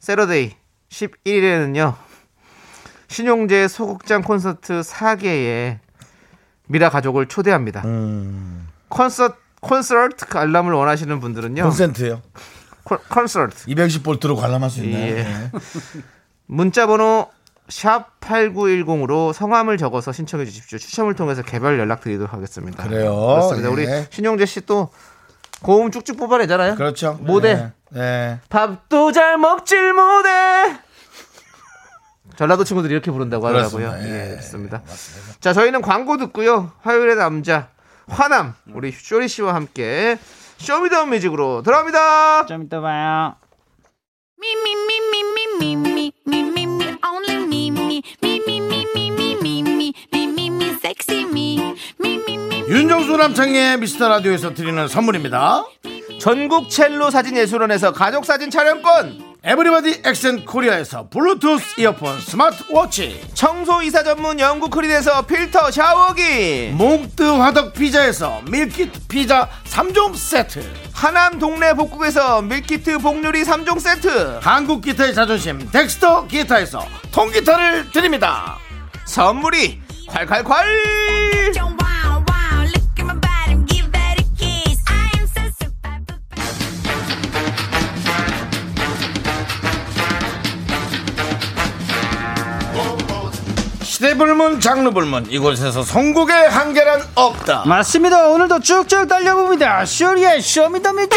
[SPEAKER 2] 세러데이 11일에는요 신용재 소극장 콘서트 4개에 미라 가족을 초대합니다. 콘서트 콘서트 알람을 원하시는 분들은요
[SPEAKER 1] 음. 콘센트요.
[SPEAKER 2] 콘- 콘서트
[SPEAKER 1] 210볼트로 관람할 수 있나요?
[SPEAKER 2] 예.
[SPEAKER 1] 네.
[SPEAKER 2] 문자번호 샵 #8910으로 성함을 적어서 신청해 주십시오. 추첨을 통해서 개별 연락드리도록 하겠습니다.
[SPEAKER 1] 그래요.
[SPEAKER 2] 그렇습니다.
[SPEAKER 1] 예.
[SPEAKER 2] 우리 신용재 씨 또 고음 쭉쭉 뽑아내잖아요.
[SPEAKER 1] 그렇죠.
[SPEAKER 2] 모델.
[SPEAKER 1] 네. 네.
[SPEAKER 2] 밥도 잘 먹질 못해. 전라도 친구들이 이렇게 부른다고 하더라고요.
[SPEAKER 1] 그렇습니다.
[SPEAKER 2] 예,
[SPEAKER 1] 예,
[SPEAKER 2] 그렇습니다. 자, 저희는 광고 듣고요. 화요일의 남자 화남 우리 쇼리 씨와 함께 쇼미더뮤직으로 돌아옵니다.
[SPEAKER 9] 좀 이따 봐요.
[SPEAKER 5] Me, me, me, me, me, me, me, me, me, me, only me, me, me, me, me, me, me, me, me, me, me, me, sexy me, me, me, me,
[SPEAKER 1] 윤정수 남창의 미스터 라디오에서 드리는 선물입니다.
[SPEAKER 2] 전국 첼로 사진 예술원에서 가족 사진 촬영권,
[SPEAKER 1] 에브리바디 엑센 코리아에서 블루투스 이어폰 스마트워치
[SPEAKER 2] 청소 이사 전문 영국 크린에서 필터 샤워기,
[SPEAKER 1] 몽뜨 화덕 피자에서 밀키트 피자 3종 세트
[SPEAKER 2] 하남 동네 복국에서 밀키트 복요리 3종 세트,
[SPEAKER 1] 한국 기타의 자존심 덱스터 기타에서 통기타를 드립니다
[SPEAKER 2] 선물이 콸콸콸!
[SPEAKER 5] don't wow, wow, look at my body, give that a kiss. I am so super.
[SPEAKER 1] 시대불문 장르불문 이곳에서 선곡의 한계란 없다
[SPEAKER 9] 맞습니다. 오늘도 쭉쭉 달려봅니다. 쇼리의 쇼미더뮤직.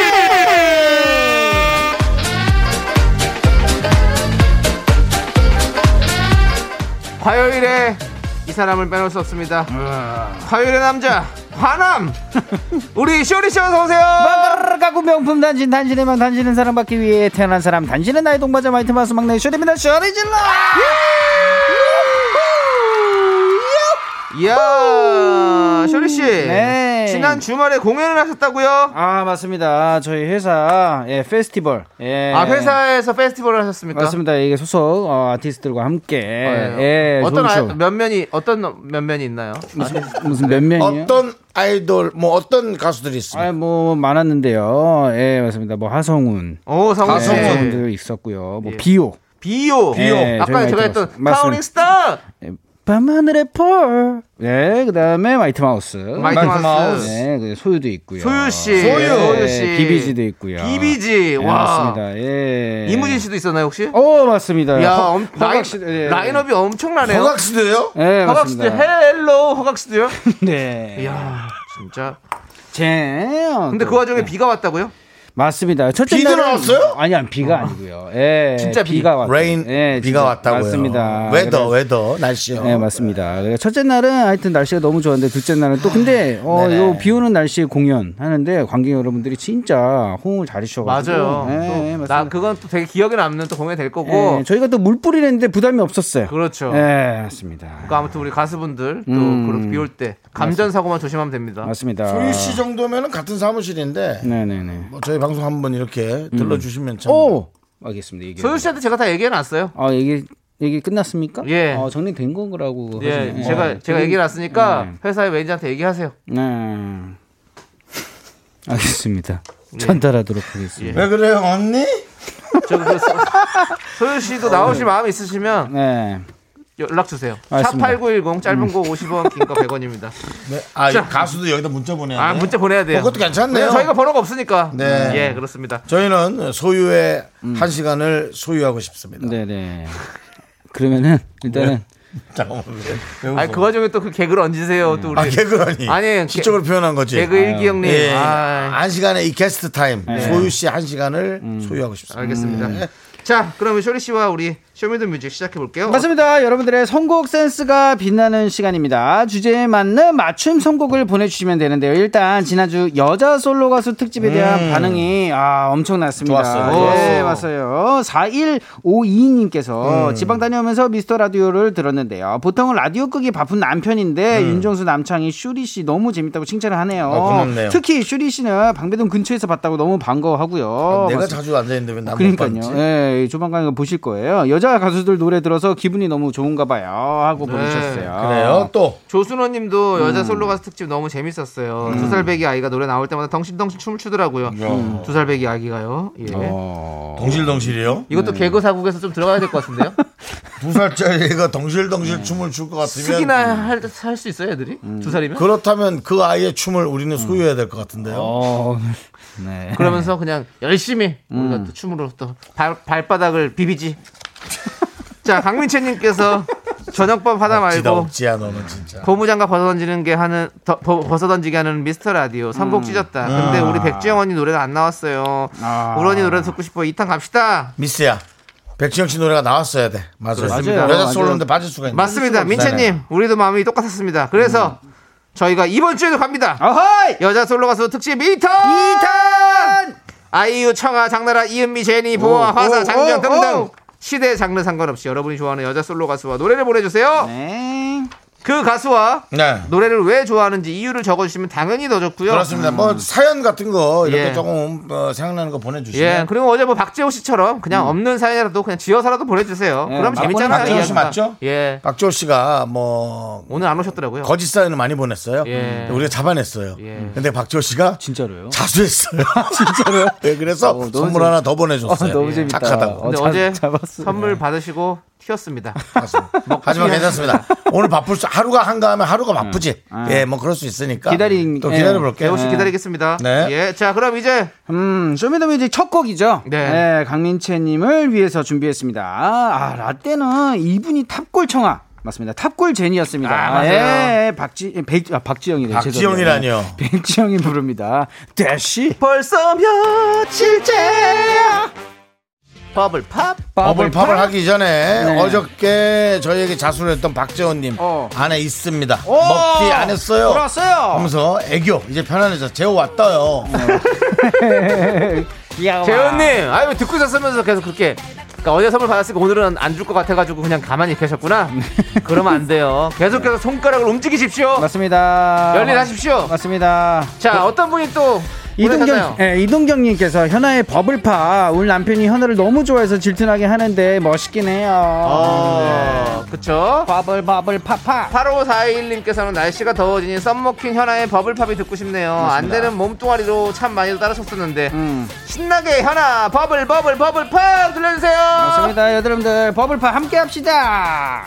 [SPEAKER 2] 화요일에 이 사람을 빼놓을 수 없습니다. 화요일의 남자 화남 [LAUGHS] 우리 쇼리 씨 어서 오세요.
[SPEAKER 9] 가구 명품 단신 단신의 명 단신은 사랑받기 위해 태어난 사람 단신은 나의 동반자 마이트 마스 막내 쇼리입니다. 쇼리 질러.
[SPEAKER 2] 이야, 쇼리 씨.
[SPEAKER 9] 네.
[SPEAKER 2] 지난 주말에 공연을 하셨다고요?
[SPEAKER 9] 아 맞습니다. 저희 회사 예, 페스티벌. 예.
[SPEAKER 2] 아, 회사에서 페스티벌을 하셨습니까?
[SPEAKER 9] 맞습니다. 이게 소속 어, 아티스트들과 함께 예,
[SPEAKER 2] 예, 어떤 아,
[SPEAKER 9] 쇼
[SPEAKER 2] 면면이 어떤 면면이 있나요?
[SPEAKER 9] 무슨, 무슨 몇 명이요?
[SPEAKER 1] 어떤 아이돌 뭐 어떤 가수들이 있습니까?
[SPEAKER 9] 아뭐 많았는데요. 예 맞습니다. 뭐 하성운,
[SPEAKER 2] 오, 성훈 씨.
[SPEAKER 9] 하성운도 있었고요.
[SPEAKER 2] 예.
[SPEAKER 9] 뭐 비오,
[SPEAKER 2] 비오.
[SPEAKER 9] 비오. 예,
[SPEAKER 2] 아까
[SPEAKER 9] 저희가
[SPEAKER 2] 제가
[SPEAKER 9] 했던
[SPEAKER 2] 했던
[SPEAKER 9] 말씀.
[SPEAKER 2] 파우링 스타.
[SPEAKER 9] 밤하늘의 펄. 예 그다음에 마이트 마우스,
[SPEAKER 2] 마이트 마우스. 마우스.
[SPEAKER 9] 예, 그 소유도 있고요.
[SPEAKER 2] 소유 씨.
[SPEAKER 9] 예,
[SPEAKER 2] 소유 네, 씨.
[SPEAKER 9] 비비지도 있고요.
[SPEAKER 2] 비비지.
[SPEAKER 9] 예,
[SPEAKER 2] 와.
[SPEAKER 9] 맞습니다. 예.
[SPEAKER 2] 이무진 씨도 있었나요, 혹시?
[SPEAKER 9] 어 맞습니다.
[SPEAKER 2] 야,
[SPEAKER 9] 허-
[SPEAKER 2] 엄,
[SPEAKER 9] 허각
[SPEAKER 2] 라인,
[SPEAKER 9] 씨- 예.
[SPEAKER 2] 라인업이 엄청나네요.
[SPEAKER 1] 허각시도요?
[SPEAKER 9] 예,
[SPEAKER 2] 허각스도
[SPEAKER 9] 맞습니다.
[SPEAKER 2] 헬로 허각스도요?
[SPEAKER 9] 네.
[SPEAKER 2] [LAUGHS] 이야, 진짜.
[SPEAKER 9] 제.
[SPEAKER 2] 근데 그
[SPEAKER 9] 네.
[SPEAKER 2] 와중에 비가 왔다고요?
[SPEAKER 9] 맞습니다. 첫째
[SPEAKER 1] 비도
[SPEAKER 9] 날은-
[SPEAKER 1] 나왔어요?
[SPEAKER 9] 아니, 아니 비가 아니고요. 예.
[SPEAKER 2] 진짜 비.
[SPEAKER 9] 비가 왔.
[SPEAKER 1] 레인 비가 왔다고요.
[SPEAKER 9] 네. 맞습니다.
[SPEAKER 1] 웨더
[SPEAKER 9] 그래서-
[SPEAKER 1] 웨더 날씨요.
[SPEAKER 9] 네 맞습니다. 그래서 첫째 날은 하여튼 날씨가 너무 좋았는데 둘째 날은 또 근데
[SPEAKER 1] 네네.
[SPEAKER 9] 어요비 오는 날씨에 공연 하는데 관객 여러분들이 진짜 호응을 잘해주셔가지고
[SPEAKER 2] 맞아요.
[SPEAKER 9] 네,
[SPEAKER 2] 또
[SPEAKER 9] 맞습니다.
[SPEAKER 2] 나 그건 또 되게 기억에 남는 또 공연 될 거고.
[SPEAKER 9] 예, 저희가 또 물 뿌리를 했는데 부담이 없었어요.
[SPEAKER 2] 그렇죠.
[SPEAKER 9] 예 맞습니다.
[SPEAKER 2] 그러니까 아무튼 우리 가수분들 또
[SPEAKER 9] 음.
[SPEAKER 2] 그렇게 비올 때 감전 사고만 조심하면 됩니다.
[SPEAKER 9] 맞습니다.
[SPEAKER 1] 소유 씨 정도면은 같은 사무실인데
[SPEAKER 9] 네네네.
[SPEAKER 1] 뭐 저희 방송 한번 이렇게 들러주시면 참.
[SPEAKER 9] 음. 오 알겠습니다. 얘기.
[SPEAKER 2] 소유 씨한테 제가 다 얘기해 놨어요.
[SPEAKER 9] 아 얘기 얘기 끝났습니까?
[SPEAKER 2] 예.
[SPEAKER 9] 어, 정리된 거라고.
[SPEAKER 2] 예,
[SPEAKER 1] 뭐.
[SPEAKER 9] 하시네요.
[SPEAKER 2] 제가
[SPEAKER 1] 음.
[SPEAKER 9] 어,
[SPEAKER 2] 제가
[SPEAKER 9] 지금-
[SPEAKER 2] 얘기해 놨으니까
[SPEAKER 9] 네.
[SPEAKER 2] 회사의
[SPEAKER 1] [LAUGHS]
[SPEAKER 2] 매니저한테 얘기하세요.
[SPEAKER 9] 네. [LAUGHS] 알겠습니다. 전달하도록 하겠습니다.
[SPEAKER 1] 왜 그래요 언니?
[SPEAKER 2] 저기 그 소- 소유 씨도 나오실 마음 있으시면
[SPEAKER 9] 네.
[SPEAKER 2] 연락 주세요.
[SPEAKER 9] 알겠습니다.
[SPEAKER 2] 샵8910 짧은
[SPEAKER 1] 음.
[SPEAKER 2] 거 50원, 긴 거 100원입니다.
[SPEAKER 1] 네. 아
[SPEAKER 2] 자.
[SPEAKER 1] 이 가수도 여기다 문자 보내야
[SPEAKER 2] 아,
[SPEAKER 1] 돼요?
[SPEAKER 2] 문자 보내야 돼요.
[SPEAKER 1] 어, 그것도 괜찮네요.
[SPEAKER 2] 왜냐면 저희가 번호가 없으니까.
[SPEAKER 1] 네.
[SPEAKER 2] 예, 그렇습니다.
[SPEAKER 1] 저희는 소유의
[SPEAKER 9] 음.
[SPEAKER 1] 한 시간을 소유하고 싶습니다.
[SPEAKER 9] 네네. 그러면은 일단은
[SPEAKER 1] 잠깐만. 왜 웃어?
[SPEAKER 2] 아니, 그 와중에 또 그 개그를 얹으세요. 또 우리
[SPEAKER 1] 음. 아 개그라니.
[SPEAKER 2] 아니,
[SPEAKER 1] 지적으로 표현한 거지.
[SPEAKER 2] 개그 일기 형님.
[SPEAKER 1] 예.
[SPEAKER 2] 아,
[SPEAKER 1] 한 시간의 이 캐스트 타임
[SPEAKER 9] 네.
[SPEAKER 1] 소유 씨 한 시간을
[SPEAKER 9] 음.
[SPEAKER 1] 소유하고 싶습니다.
[SPEAKER 2] 알겠습니다.
[SPEAKER 1] 음.
[SPEAKER 2] 자, 그러면 쇼리 씨와 우리 쇼미더뮤직 시작해 볼게요.
[SPEAKER 9] 맞습니다. 여러분들의 선곡 센스가 빛나는 시간입니다. 주제에 맞는 맞춤 선곡을 보내주시면 되는데요. 일단 지난주 여자 솔로 가수 특집에 대한 반응이 아 엄청났습니다.
[SPEAKER 1] 음. 좋았어요.
[SPEAKER 9] 예,
[SPEAKER 1] 좋았어요. 음.
[SPEAKER 9] 맞아요. 4152님께서 지방 다녀오면서 미스터 라디오를 들었는데요. 보통은 라디오 끄기 바쁜 남편인데 윤정수 남창이 슈리 씨 너무 재밌다고 칭찬을 하네요.
[SPEAKER 1] 음. 아, 고맙네요.
[SPEAKER 9] 특히 슈리 씨는 방배동 근처에서 봤다고 너무 반가워하고요.
[SPEAKER 1] 음.
[SPEAKER 2] 어,
[SPEAKER 1] 내가
[SPEAKER 9] 맞습니다.
[SPEAKER 1] 자주 앉아 있는데 왜나못
[SPEAKER 9] 그러니까요.
[SPEAKER 1] 봤지?
[SPEAKER 9] 예, 조만간 이거 보실 거예요. 여자 가수들 노래 들어서 기분이 너무 좋은가 봐요. 하고 보내셨어요.
[SPEAKER 1] 그래요. 또
[SPEAKER 2] 조순호 님도 여자 솔로 가수 특집 너무 재밌었어요. 두 살배기 아이가 노래 나올 때마다 덩신덩신 춤을 추더라고요. 두 살배기 아기가요. 예.
[SPEAKER 9] 어.
[SPEAKER 1] 덩실덩실이요?
[SPEAKER 2] 이것도 개그 사국에서 좀 들어가야 될 것 같은데요.
[SPEAKER 1] 두 살짜리가 덩실덩실
[SPEAKER 9] 음.
[SPEAKER 1] 춤을 출 것 같으면
[SPEAKER 2] 쓰기나 할 수 있어요, 애들이? 두 살이면?
[SPEAKER 1] 그렇다면 그 아이의 춤을 우리는 소유해야 될 것 같은데요.
[SPEAKER 9] 음. 어, 네.
[SPEAKER 2] 그러면서 그냥 열심히 우리가 또 춤으로 또 발, 발바닥을 비비지. [LAUGHS] 자, 강민채님께서 저녁밥 하다
[SPEAKER 1] 억지다
[SPEAKER 2] 말고
[SPEAKER 1] 억지야 너는 진짜.
[SPEAKER 2] 고무장갑 벗어던지는 게 하는 더- 버- 벗어던지게 하는 미스터 라디오 선곡 찢었다. 근데 우리 백지영 언니 노래가 안 나왔어요.
[SPEAKER 9] 아.
[SPEAKER 2] 우리 언니 노래 듣고 싶어. 2탄 갑시다.
[SPEAKER 1] 미스야. 백지영 씨 노래가 나왔어야 돼. 맞아요.
[SPEAKER 9] 그렇습니다.
[SPEAKER 1] 여자
[SPEAKER 9] 맞아요.
[SPEAKER 1] 솔로인데 빠질 수가 있나?
[SPEAKER 2] 맞습니다.
[SPEAKER 1] 네.
[SPEAKER 2] 민채님, 우리도 마음이 똑같았습니다. 그래서
[SPEAKER 1] 음.
[SPEAKER 2] 저희가 이번 주에도 갑니다.
[SPEAKER 1] 아.
[SPEAKER 9] 어허이!
[SPEAKER 2] 여자 솔로 가수 특집 2탄! 2탄! 아이유, 청아, 장나라, 이은미, 제니, 보아, 화사,
[SPEAKER 9] 오,
[SPEAKER 2] 장경
[SPEAKER 9] 오,
[SPEAKER 2] 등등
[SPEAKER 9] 오.
[SPEAKER 2] 시대 장르 상관없이 여러분이 좋아하는 여자 솔로 가수와 노래를 보내주세요.
[SPEAKER 9] 네.
[SPEAKER 2] 그 가수와
[SPEAKER 1] 네.
[SPEAKER 2] 노래를 왜 좋아하는지 이유를 적어주시면 당연히 더 좋고요.
[SPEAKER 1] 그렇습니다.
[SPEAKER 9] 음.
[SPEAKER 1] 뭐 사연 같은 거 이렇게
[SPEAKER 2] 예.
[SPEAKER 1] 조금 어, 생각나는 거 보내주시면.
[SPEAKER 2] 예, 그리고 어제 뭐 박재호 씨처럼 그냥 없는 사연이라도 그냥 지어서라도 보내주세요.
[SPEAKER 9] 예,
[SPEAKER 2] 그럼
[SPEAKER 9] 막
[SPEAKER 1] 음. 네,
[SPEAKER 2] 재밌잖아요.
[SPEAKER 1] 박재호 씨
[SPEAKER 2] 이야기가.
[SPEAKER 1] 맞죠?
[SPEAKER 2] 예,
[SPEAKER 1] 박지호 씨가 뭐
[SPEAKER 2] 오늘 안 오셨더라고요.
[SPEAKER 1] 거짓 사연을 많이 보냈어요.
[SPEAKER 2] 예.
[SPEAKER 1] 우리가 잡아냈어요.
[SPEAKER 2] 예.
[SPEAKER 1] 근데 박지호 씨가
[SPEAKER 9] 진짜로요? [LAUGHS]
[SPEAKER 1] 자수했어요. 진짜로요? 네, 그래서
[SPEAKER 9] 어, 너무
[SPEAKER 1] 선물
[SPEAKER 9] 재밌-
[SPEAKER 1] 하나 더 보내줬어요. 예,
[SPEAKER 9] 어, 너무 재밌다.
[SPEAKER 1] 착하다고.
[SPEAKER 9] 어,
[SPEAKER 2] 근데
[SPEAKER 9] 잡-
[SPEAKER 2] 어, 제
[SPEAKER 9] 잡았어요.
[SPEAKER 1] 네.
[SPEAKER 2] 선물 받으시고 튀었습니다.
[SPEAKER 9] [LAUGHS]
[SPEAKER 1] 맞습니다. 하지만 괜찮습니다. 오늘 바쁠 수 하루가 한가하면 하루가 바쁘지. 예, 뭐 그럴 수 있으니까
[SPEAKER 9] 음. 아. 기다린-
[SPEAKER 1] 또
[SPEAKER 9] 예.
[SPEAKER 1] 기다려
[SPEAKER 2] 재호
[SPEAKER 1] 볼게요.
[SPEAKER 2] 씨 기다리겠습니다.
[SPEAKER 1] 네.
[SPEAKER 2] 예, 자 그럼 이제
[SPEAKER 9] 음, 쇼미더뮤직 첫 곡이죠.
[SPEAKER 2] 네.
[SPEAKER 9] 강민채님을 위해서 준비했습니다. 아, 라떼는 이분이 탑골 청아. 맞습니다. 탑골 제니였습니다.
[SPEAKER 2] 아, 맞아요.
[SPEAKER 9] 예, 박지, 백, 아, 박지영이래.
[SPEAKER 1] 박지영이라니요.
[SPEAKER 9] 죄송해요. 백지영이 부릅니다. 대시.
[SPEAKER 2] 벌써 며칠째 버블팝
[SPEAKER 1] 버블팝을 하기 전에 어저께 저희에게 자수를 했던 박재원님
[SPEAKER 9] 네. 어.
[SPEAKER 1] 안에 있습니다. 먹튀 안 했어요.
[SPEAKER 9] 돌았어요.
[SPEAKER 1] 하면서 애교 이제 편안해져 재호 왔다요.
[SPEAKER 9] 귀여워.
[SPEAKER 2] 재현님, 아유 듣고 있었으면서 계속 그렇게 그러니까 어제 선물 받았으니까 오늘은 안 줄 것 같아가지고 그냥 가만히
[SPEAKER 9] [LAUGHS]
[SPEAKER 2] 계셨구나. 그러면 안 돼요. 계속해서 손가락을 움직이십시오.
[SPEAKER 9] 맞습니다.
[SPEAKER 2] 열일하십시오.
[SPEAKER 9] 맞습니다.
[SPEAKER 2] 자, 어떤 분이 또
[SPEAKER 9] 이동경,
[SPEAKER 2] 보내셨나요?
[SPEAKER 9] 예, 이동경님께서 현아의 버블 파 오늘 남편이 현아를 너무 좋아해서 질투나게 하는데 멋있긴 해요.
[SPEAKER 2] 어, 그쵸?
[SPEAKER 9] 버블 버블 파파.
[SPEAKER 2] 8541님께서는 날씨가 더워지니 썸머킨 현아의 버블팝이 듣고 싶네요. 안
[SPEAKER 9] 맞습니다. 음.
[SPEAKER 2] 되는 몸뚱아리로 참 많이 따라쳤었는데. 신나게 현아 버블 버블 버블팝 들려주세요.
[SPEAKER 9] 맞습니다, 여러분들 버블파 함께 합시다.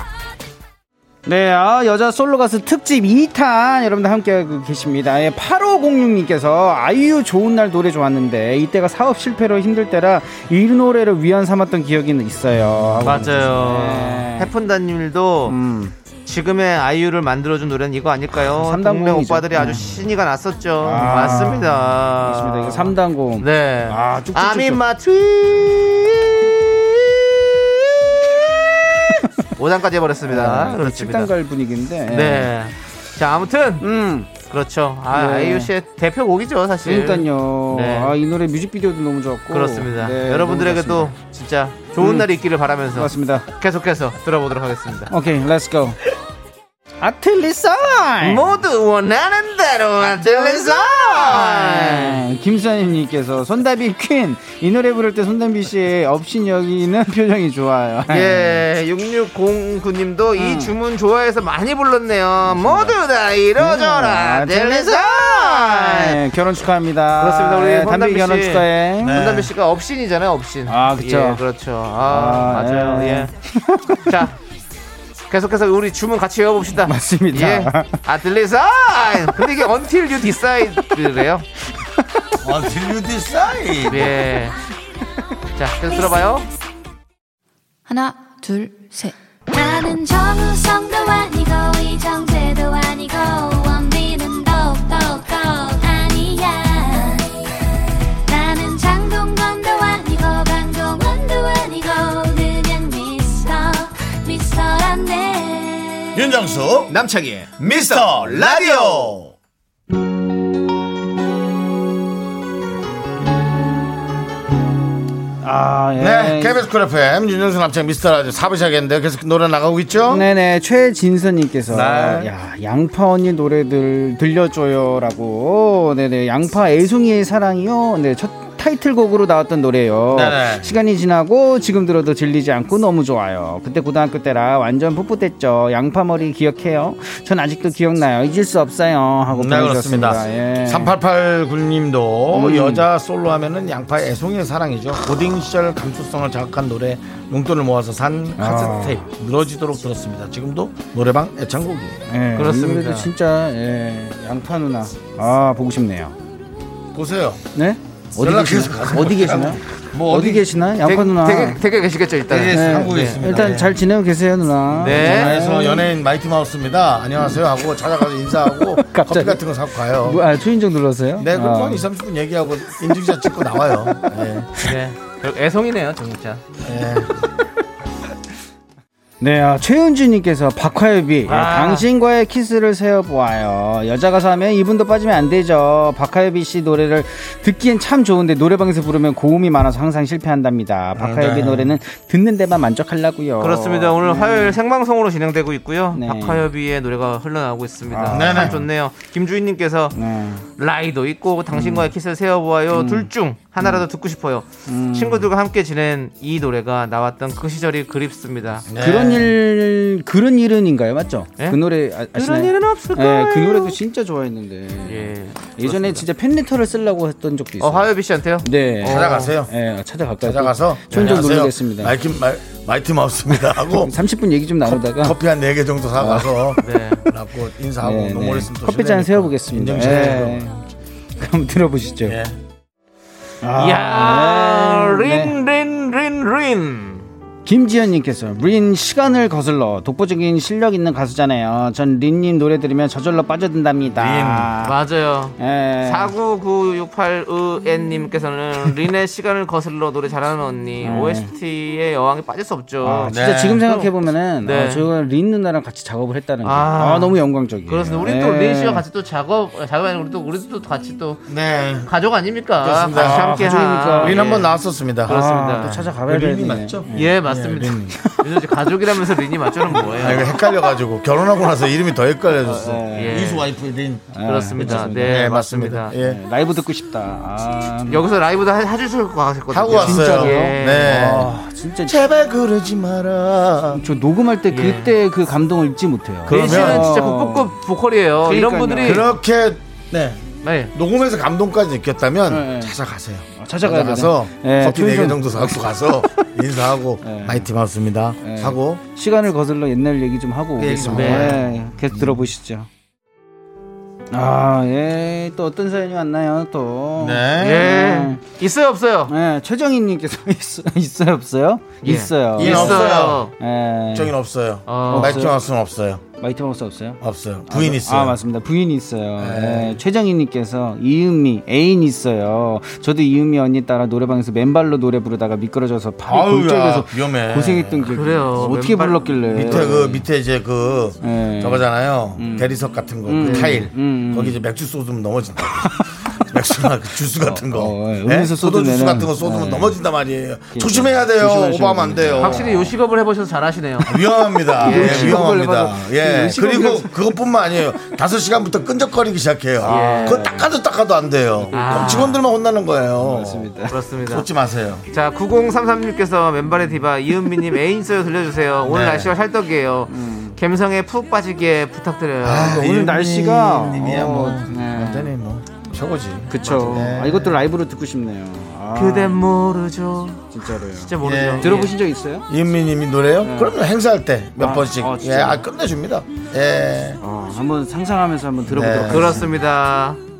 [SPEAKER 9] 네, 아, 여자 솔로 가수 특집 2탄 여러분들 함께하고 계십니다. 예, 8506님께서 아이유 좋은 날 노래 좋았는데 이때가 사업 실패로 힘들 때라 이 노래를 위안 삼았던 기억이 있어요. 네.
[SPEAKER 2] 맞아요. 해픈다님도 지금의 아이유를 만들어준 노래는 이거 아닐까요?
[SPEAKER 9] 음. 삼단공이죠.
[SPEAKER 2] 동네 오빠들이 아주
[SPEAKER 9] 네.
[SPEAKER 2] 신이가 났었죠.
[SPEAKER 9] 아.
[SPEAKER 2] 맞습니다.
[SPEAKER 9] 맞습니다.
[SPEAKER 2] 아.
[SPEAKER 9] 이거 3단 공.
[SPEAKER 2] 네.
[SPEAKER 9] 아, 쭉쭉쭉.
[SPEAKER 2] I'm in my t 5단까지 해버렸습니다. 아, 그렇습니다.
[SPEAKER 9] 7단 아, 갈 분위기인데. 예.
[SPEAKER 2] 네. 자, 아무튼.
[SPEAKER 9] 음.
[SPEAKER 2] 그렇죠. 아,
[SPEAKER 9] 네.
[SPEAKER 2] 아이유 씨의 대표곡이죠, 사실.
[SPEAKER 9] 그러니까요.
[SPEAKER 2] 네.
[SPEAKER 9] 아, 이 노래 뮤직비디오도 너무 좋았고.
[SPEAKER 2] 그렇습니다.
[SPEAKER 9] 네, 너무
[SPEAKER 2] 여러분들에게도
[SPEAKER 9] 좋았습니다.
[SPEAKER 2] 진짜 좋은
[SPEAKER 9] 음.
[SPEAKER 2] 날이 있기를 바라면서
[SPEAKER 9] 맞습니다.
[SPEAKER 2] 계속해서 들어보도록 하겠습니다.
[SPEAKER 9] 오케이, 렛츠 고. 아틀리 사인.
[SPEAKER 2] 모두 원하는 대로 만들면서
[SPEAKER 9] 네. 아, 김수현님께서 손담비 퀸 이 노래 부를 때 손담비 씨의 업신 여기는 [LAUGHS] 표정이 좋아요.
[SPEAKER 2] 예,
[SPEAKER 9] 네.
[SPEAKER 2] 6609님도
[SPEAKER 9] 음.
[SPEAKER 2] 이 주문 좋아해서 많이 불렀네요. 모두 다 이뤄져라,
[SPEAKER 9] 음.
[SPEAKER 2] 델리사!
[SPEAKER 9] 예, 결혼 축하합니다.
[SPEAKER 2] 그렇습니다, 우리
[SPEAKER 9] 예, 담비
[SPEAKER 2] 손담비 씨.
[SPEAKER 9] 결혼 축하해.
[SPEAKER 7] 네.
[SPEAKER 2] 문담배 씨가 업신이잖아요, 업신.
[SPEAKER 9] 아, 그쵸.
[SPEAKER 2] 예, 그렇죠. 아,
[SPEAKER 9] 아,
[SPEAKER 2] 맞아요.
[SPEAKER 9] 예. [LAUGHS]
[SPEAKER 2] 예. 자, 계속해서 우리 주문 같이 외워봅시다.
[SPEAKER 9] 맞습니다.
[SPEAKER 2] 예. 아들리사! 근데 이게 until you decide래요.
[SPEAKER 7] 아, 딜류 디사이.
[SPEAKER 2] 예. 자, 계속 들어봐요.
[SPEAKER 5] 하나, 둘, 셋.
[SPEAKER 6] 나는 정우성도 아니고 이정재도 아니고 원빈은 더욱더 아니야 나는 장동건도 아니고 강동원도 아니고 그냥 미스터 미스터란데
[SPEAKER 7] 윤정수,
[SPEAKER 2] 남창희의
[SPEAKER 7] 미스터 라디오.
[SPEAKER 9] 아, 예.
[SPEAKER 1] 네, KBS 쿨 FM 윤정수 남창 미스터 라디오 4부 시작했는데 계속 노래 나가고 있죠?
[SPEAKER 9] 네네 최진선님께서
[SPEAKER 1] 네.
[SPEAKER 9] 야 양파 언니 노래들 들려줘요라고 네네 양파 애송이의 사랑이요 네첫 타이틀곡으로 나왔던 노래예요
[SPEAKER 1] 네네.
[SPEAKER 9] 시간이 지나고 지금 들어도 질리지 않고 너무 좋아요 그때 고등학교 때라 완전 풋풋했죠 양파 머리 기억해요 전 아직도 기억나요 잊을 수 없어요 하고
[SPEAKER 1] 네, 그렇습니다.
[SPEAKER 9] 보내주셨습니다 예.
[SPEAKER 1] 3889님도
[SPEAKER 9] 음.
[SPEAKER 1] 여자 솔로 하면은 양파 애송이의 사랑이죠. 고딩 시절 감수성을 자극한 노래 용돈을 모아서 산
[SPEAKER 9] 아.
[SPEAKER 1] 카세트 테이프 늘어지도록 들었습니다. 지금도 노래방 애창곡이에요.
[SPEAKER 9] 예,
[SPEAKER 2] 그렇습니다.
[SPEAKER 9] 이 노래도 진짜 예, 양파 누나 아 보고 싶네요
[SPEAKER 1] 보세요.
[SPEAKER 9] 네 어디
[SPEAKER 1] 연락해서
[SPEAKER 9] 계시나
[SPEAKER 1] 가서
[SPEAKER 9] 어디 계시나
[SPEAKER 1] [LAUGHS] 뭐
[SPEAKER 9] 어디 계시나 양파
[SPEAKER 2] 되게,
[SPEAKER 9] 누나
[SPEAKER 2] 되게, 되게 계시겠죠, 일단.
[SPEAKER 1] 네,
[SPEAKER 2] 은
[SPEAKER 9] 네,
[SPEAKER 1] 한국에 있습니다.
[SPEAKER 9] 일단 잘 지내고 계세요 누나.
[SPEAKER 2] 네.
[SPEAKER 1] 전화해서 연예인 마이티 마우스입니다. 안녕하세요 하고 찾아가서 인사하고 커피
[SPEAKER 9] [LAUGHS] 갑자기.
[SPEAKER 1] 같은 거 사고 가요.
[SPEAKER 9] 뭐, 아, 초인종 눌렀어요?
[SPEAKER 1] 네, 그럼
[SPEAKER 9] 아.
[SPEAKER 1] 한 2, 30분 얘기하고 인증샷 찍고 나와요. 네.
[SPEAKER 9] 어.
[SPEAKER 2] 네. 애송이네요, 진짜.
[SPEAKER 9] 네, 아, 최은주님께서 박화엽이
[SPEAKER 2] 아.
[SPEAKER 9] 당신과의 키스를 세어보아요. 여자 가수 하면 이분도 빠지면 안 되죠. 박화엽이 씨 노래를 듣기엔 참 좋은데 노래방에서 부르면 고음이 많아서 항상 실패한답니다. 박화엽이
[SPEAKER 1] 네.
[SPEAKER 9] 노래는 듣는 데만 만족하려고요.
[SPEAKER 2] 그렇습니다. 오늘 화요일 생방송으로 진행되고 있고요.
[SPEAKER 9] 네.
[SPEAKER 2] 박화엽이의 노래가 흘러나오고 있습니다.
[SPEAKER 9] 아,
[SPEAKER 1] 네네.
[SPEAKER 2] 참 좋네요. 김주인님께서
[SPEAKER 9] 네.
[SPEAKER 2] 라이도 있고 당신과의 키스를 세어보아요. 둘 중 하나라도 듣고 싶어요. 친구들과 함께 지낸 이 노래가 나왔던 그 시절이 그립습니다.
[SPEAKER 9] 그런 일 그런 일은인가요, 맞죠?
[SPEAKER 2] 예?
[SPEAKER 9] 그 노래 아, 아시나요?
[SPEAKER 2] 그런 일은 없을
[SPEAKER 9] 예,
[SPEAKER 2] 거예요.
[SPEAKER 9] 그 노래도 진짜 좋아했는데.
[SPEAKER 2] 예.
[SPEAKER 9] 예전에 진짜 팬레터를 쓰려고 했던 적도
[SPEAKER 2] 어,
[SPEAKER 9] 있어요.
[SPEAKER 2] 화요비 어, 씨한테요?
[SPEAKER 9] 네.
[SPEAKER 1] 찾아가세요.
[SPEAKER 9] 예, 찾아갈까요?
[SPEAKER 1] 찾아가서
[SPEAKER 9] 초인종
[SPEAKER 1] 안녕하세요.
[SPEAKER 9] 누르겠습니다.
[SPEAKER 1] 마이티, 마, 마이티 마우스입니다
[SPEAKER 9] [LAUGHS]
[SPEAKER 1] 하고
[SPEAKER 9] 30분 얘기 좀 나누다가
[SPEAKER 1] 커피 한 네 개 정도 사가서
[SPEAKER 2] 네.
[SPEAKER 1] 라고 인사하고
[SPEAKER 9] 아. 네,
[SPEAKER 1] 너무
[SPEAKER 9] 네.
[SPEAKER 1] 오래있으면 또
[SPEAKER 9] 커피잔
[SPEAKER 1] 실례니까.
[SPEAKER 9] 세워보겠습니다.
[SPEAKER 1] 인증샷
[SPEAKER 9] 예.
[SPEAKER 1] 찍으러.
[SPEAKER 9] [LAUGHS] 그럼 들어보시죠.
[SPEAKER 1] 예.
[SPEAKER 9] 아,
[SPEAKER 2] 이야,
[SPEAKER 9] 네.
[SPEAKER 2] 린, 린, 린, 린.
[SPEAKER 9] 김지현님께서 린 시간을 거슬러 독보적인 실력 있는 가수잖아요. 전 린님 노래 들으면 저절로 빠져든답니다.
[SPEAKER 2] 맞아요.
[SPEAKER 1] 네.
[SPEAKER 9] 예.
[SPEAKER 1] [LAUGHS]
[SPEAKER 2] 49968의엔님께서는 린의 시간을 거슬러 노래 잘하는 언니
[SPEAKER 9] 네.
[SPEAKER 2] OST의 여왕에 빠질 수 없죠.
[SPEAKER 9] 아,
[SPEAKER 1] 네.
[SPEAKER 9] 진짜 지금 생각해 보면은
[SPEAKER 2] 네.
[SPEAKER 9] 아, 저희가 린 누나랑 같이 작업을 했다는 게
[SPEAKER 2] 아.
[SPEAKER 9] 아, 너무 영광적이에요.
[SPEAKER 2] 그렇습니다. 우리
[SPEAKER 9] 네.
[SPEAKER 2] 또린 씨와 같이 또 작업, 작업 아니고 우리 또 우리 또 같이 또 가족 아닙니까?
[SPEAKER 1] 그렇습니다.
[SPEAKER 2] 같이
[SPEAKER 1] 아,
[SPEAKER 2] 함께
[SPEAKER 1] 가족이니까.
[SPEAKER 2] 한-
[SPEAKER 1] 네. 린 한번
[SPEAKER 2] 예.
[SPEAKER 1] 나왔었습니다.
[SPEAKER 2] 그렇습니다.
[SPEAKER 1] 아, 또
[SPEAKER 9] 찾아가봐야
[SPEAKER 1] 린이
[SPEAKER 9] 되겠네.
[SPEAKER 1] 맞죠?
[SPEAKER 2] 예, 맞습니다. [LAUGHS] 요즘 이제 가족이라면서 린이 맞죠는 뭐예요?
[SPEAKER 1] 아, 이거 헷갈려가지고 결혼하고 나서 이름이 더 헷갈려졌어.
[SPEAKER 2] 예.
[SPEAKER 1] 이수 와이프 린.
[SPEAKER 2] 그렇습니다. 네,
[SPEAKER 1] 아, 예,
[SPEAKER 2] 맞습니다.
[SPEAKER 1] 예.
[SPEAKER 9] 네, 라이브 듣고 싶다. 아,
[SPEAKER 2] 여기서 라이브도 하- 해주실 것 같거든요.
[SPEAKER 1] 하고 왔어요.
[SPEAKER 9] 진짜로요?
[SPEAKER 2] 예.
[SPEAKER 1] 네.
[SPEAKER 9] 아, 진짜
[SPEAKER 1] 제발 그러지 마라.
[SPEAKER 9] 저 녹음할 때 그때 그 감동을 잊지 못해요.
[SPEAKER 2] 예.
[SPEAKER 9] 어,
[SPEAKER 2] 린 씨는
[SPEAKER 1] 그러면-
[SPEAKER 2] 진짜 국보급 보컬이에요. 이런
[SPEAKER 9] 그러니까요.
[SPEAKER 2] 분들이
[SPEAKER 1] 그렇게 네.
[SPEAKER 2] 네.
[SPEAKER 1] 녹음해서 감동까지 느꼈다면
[SPEAKER 9] 네.
[SPEAKER 1] 찾아가세요.
[SPEAKER 9] 찾아가야
[SPEAKER 1] 가서
[SPEAKER 9] 되네. 네. 예,
[SPEAKER 1] 커피 네 개
[SPEAKER 9] 조인성-
[SPEAKER 1] 정도 사갖고
[SPEAKER 9] [LAUGHS]
[SPEAKER 1] 가서 인사하고 마이티 맞습니다.
[SPEAKER 9] 네.
[SPEAKER 1] 하고
[SPEAKER 9] 시간을 거슬러 옛날 얘기 좀 하고 오겠습니다.
[SPEAKER 2] 네.
[SPEAKER 9] 예, 계속 들어보시죠. 아, 예, 또 어떤 사연이 왔나요, 또.
[SPEAKER 1] 네.
[SPEAKER 2] 예. 있어요, 없어요?
[SPEAKER 9] 예, 최정희님께서 [LAUGHS] 있어, 있어요, 없어요?
[SPEAKER 2] 예.
[SPEAKER 9] 있어요.
[SPEAKER 1] 예. 없어요.
[SPEAKER 9] 예. 뭐
[SPEAKER 1] 정인 없어요.
[SPEAKER 2] 어.
[SPEAKER 1] 마이티 마우스는 없어요.
[SPEAKER 9] 마이트 마우스 없어요?
[SPEAKER 1] 없어요. 부인
[SPEAKER 9] 아,
[SPEAKER 1] 있어요. 네.
[SPEAKER 9] 아, 맞습니다. 부인이 있어요. 예, 최정희님께서 이은미, 애인 있어요. 저도 이은미 언니 따라 노래방에서 맨발로 노래 부르다가 미끄러져서 팔이
[SPEAKER 1] 아우야,
[SPEAKER 9] 골절돼서
[SPEAKER 1] 위험해.
[SPEAKER 9] 고생했던 기억이
[SPEAKER 2] 그래요.
[SPEAKER 9] 있어요. 어떻게
[SPEAKER 2] 맨발-
[SPEAKER 9] 불렀길래.
[SPEAKER 1] 밑에 그 밑에 이제 그
[SPEAKER 9] 네. 음.
[SPEAKER 1] 저거잖아요 대리석 같은 거그 타일 거기 이제 맥주 쏟으면 넘어진다 [LAUGHS] 맥주나 그 주스 같은 거
[SPEAKER 9] 어, 예.
[SPEAKER 1] 네?
[SPEAKER 9] 음료수
[SPEAKER 1] 소도 주스
[SPEAKER 9] 쏟으면은- 네. 그렇죠.
[SPEAKER 1] 같은 거 쏟으면 넘어진단 말이에요 조심해야 돼요
[SPEAKER 9] 조심하셔야
[SPEAKER 1] 오버하면 안 돼요
[SPEAKER 2] 확실히 요식업을 해보셔서 잘하시네요.
[SPEAKER 1] 위험합니다
[SPEAKER 2] 예,
[SPEAKER 1] 예, 위험합니다
[SPEAKER 9] 걸려봐서-
[SPEAKER 1] 예
[SPEAKER 9] 음식을
[SPEAKER 1] 그리고
[SPEAKER 9] 그래서-
[SPEAKER 1] 그것뿐만 아니에요 다섯 시간부터 끈적거리기 시작해요 그거 닦아도 닦아도 안 돼요 그럼 직원들만 혼나는 거예요
[SPEAKER 9] 맞습니다.
[SPEAKER 2] 그렇습니다.
[SPEAKER 1] 쏟지 마세요
[SPEAKER 2] 자, 9033님께서 맨발의 디바 이은미님 애인 써요 들려주세요. 오늘
[SPEAKER 1] 네.
[SPEAKER 2] 날씨가 찰떡이에요. 갬성에 푹 빠지게 부탁드려요.
[SPEAKER 9] 아,
[SPEAKER 1] 아.
[SPEAKER 9] 오늘 날씨가
[SPEAKER 1] 님이야
[SPEAKER 9] 어,
[SPEAKER 1] 뭐
[SPEAKER 9] 네.
[SPEAKER 1] 완전히 뭐 최고지
[SPEAKER 9] 그쵸.
[SPEAKER 1] 네.
[SPEAKER 9] 아, 이것도 라이브로 듣고 싶네요. 아,
[SPEAKER 2] 그댄 모르죠.
[SPEAKER 9] 진짜로요.
[SPEAKER 2] 진짜 모르죠.
[SPEAKER 1] 예.
[SPEAKER 9] 들어보신 적 있어요?
[SPEAKER 1] 이은미님이 노래요? 그럼요 행사할 때 몇
[SPEAKER 9] 네. 아,
[SPEAKER 1] 번씩
[SPEAKER 9] 아,
[SPEAKER 1] 예,
[SPEAKER 9] 진짜요?
[SPEAKER 1] 아 끝내줍니다. 예,
[SPEAKER 9] 어, 한번 상상하면서 한번 들어보도록
[SPEAKER 1] 네.
[SPEAKER 9] 하겠습니다.
[SPEAKER 2] 그렇습니다.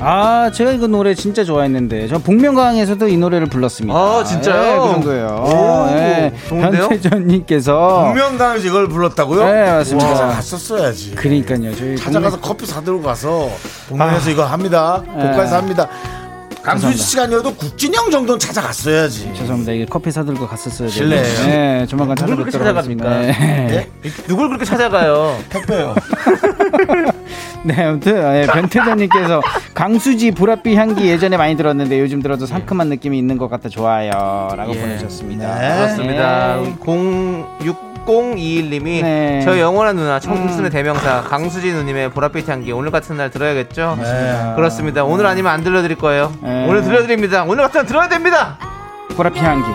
[SPEAKER 9] 아, 제가 이 노래 진짜 좋아했는데, 저 복면가왕에서도 이 노래를 불렀습니다.
[SPEAKER 2] 아, 진짜요?
[SPEAKER 9] 예, 그 정도예요.
[SPEAKER 2] 오,
[SPEAKER 9] 예.
[SPEAKER 2] 좋은데요?
[SPEAKER 9] 변태전님께서.
[SPEAKER 1] 분명당에서 이걸 불렀다고요?
[SPEAKER 9] 어. 네, 맞습니다.
[SPEAKER 1] 찾아갔었어야지.
[SPEAKER 9] 그러니까요. 저희
[SPEAKER 1] 찾아가서 커피 사들고 가서 아. 복면에서 예, 이거 합니다. 복가에서 합니다. 강수지 씨가 아니어도 국진영 정도는 찾아갔어야지.
[SPEAKER 9] 복면- 죄송합니다. 이게 커피 사들고 갔었어요.
[SPEAKER 1] 실례예요.
[SPEAKER 9] 네, 조만간
[SPEAKER 2] 누굴
[SPEAKER 9] 찾아뵙도록
[SPEAKER 2] 그렇게
[SPEAKER 9] 하겠습니다.
[SPEAKER 2] 찾아갑니까?
[SPEAKER 9] 네.
[SPEAKER 1] 예?
[SPEAKER 2] 누굴 그렇게 찾아가요?
[SPEAKER 1] 택배요.
[SPEAKER 9] 네, 아무튼 예, 변태자님께서 강수지 보랏빛 향기 예전에 많이 들었는데 요즘 들어도 상큼한 느낌이 있는 것 같아 좋아요라고
[SPEAKER 2] 예.
[SPEAKER 9] 보내셨습니다.
[SPEAKER 1] 네.
[SPEAKER 2] 그렇습니다.
[SPEAKER 9] 예.
[SPEAKER 2] 06021님이
[SPEAKER 9] 네. 음.
[SPEAKER 2] 저의 영원한 누나 청순의 대명사 강수지 누님의 보랏빛 향기 오늘 같은 날 들어야겠죠? 그렇습니다. 오늘 아니면 안 들려드릴 거예요.
[SPEAKER 9] 네.
[SPEAKER 2] 오늘 들려드립니다. 오늘 같은 날 들어야 됩니다.
[SPEAKER 9] 보랏빛 향기.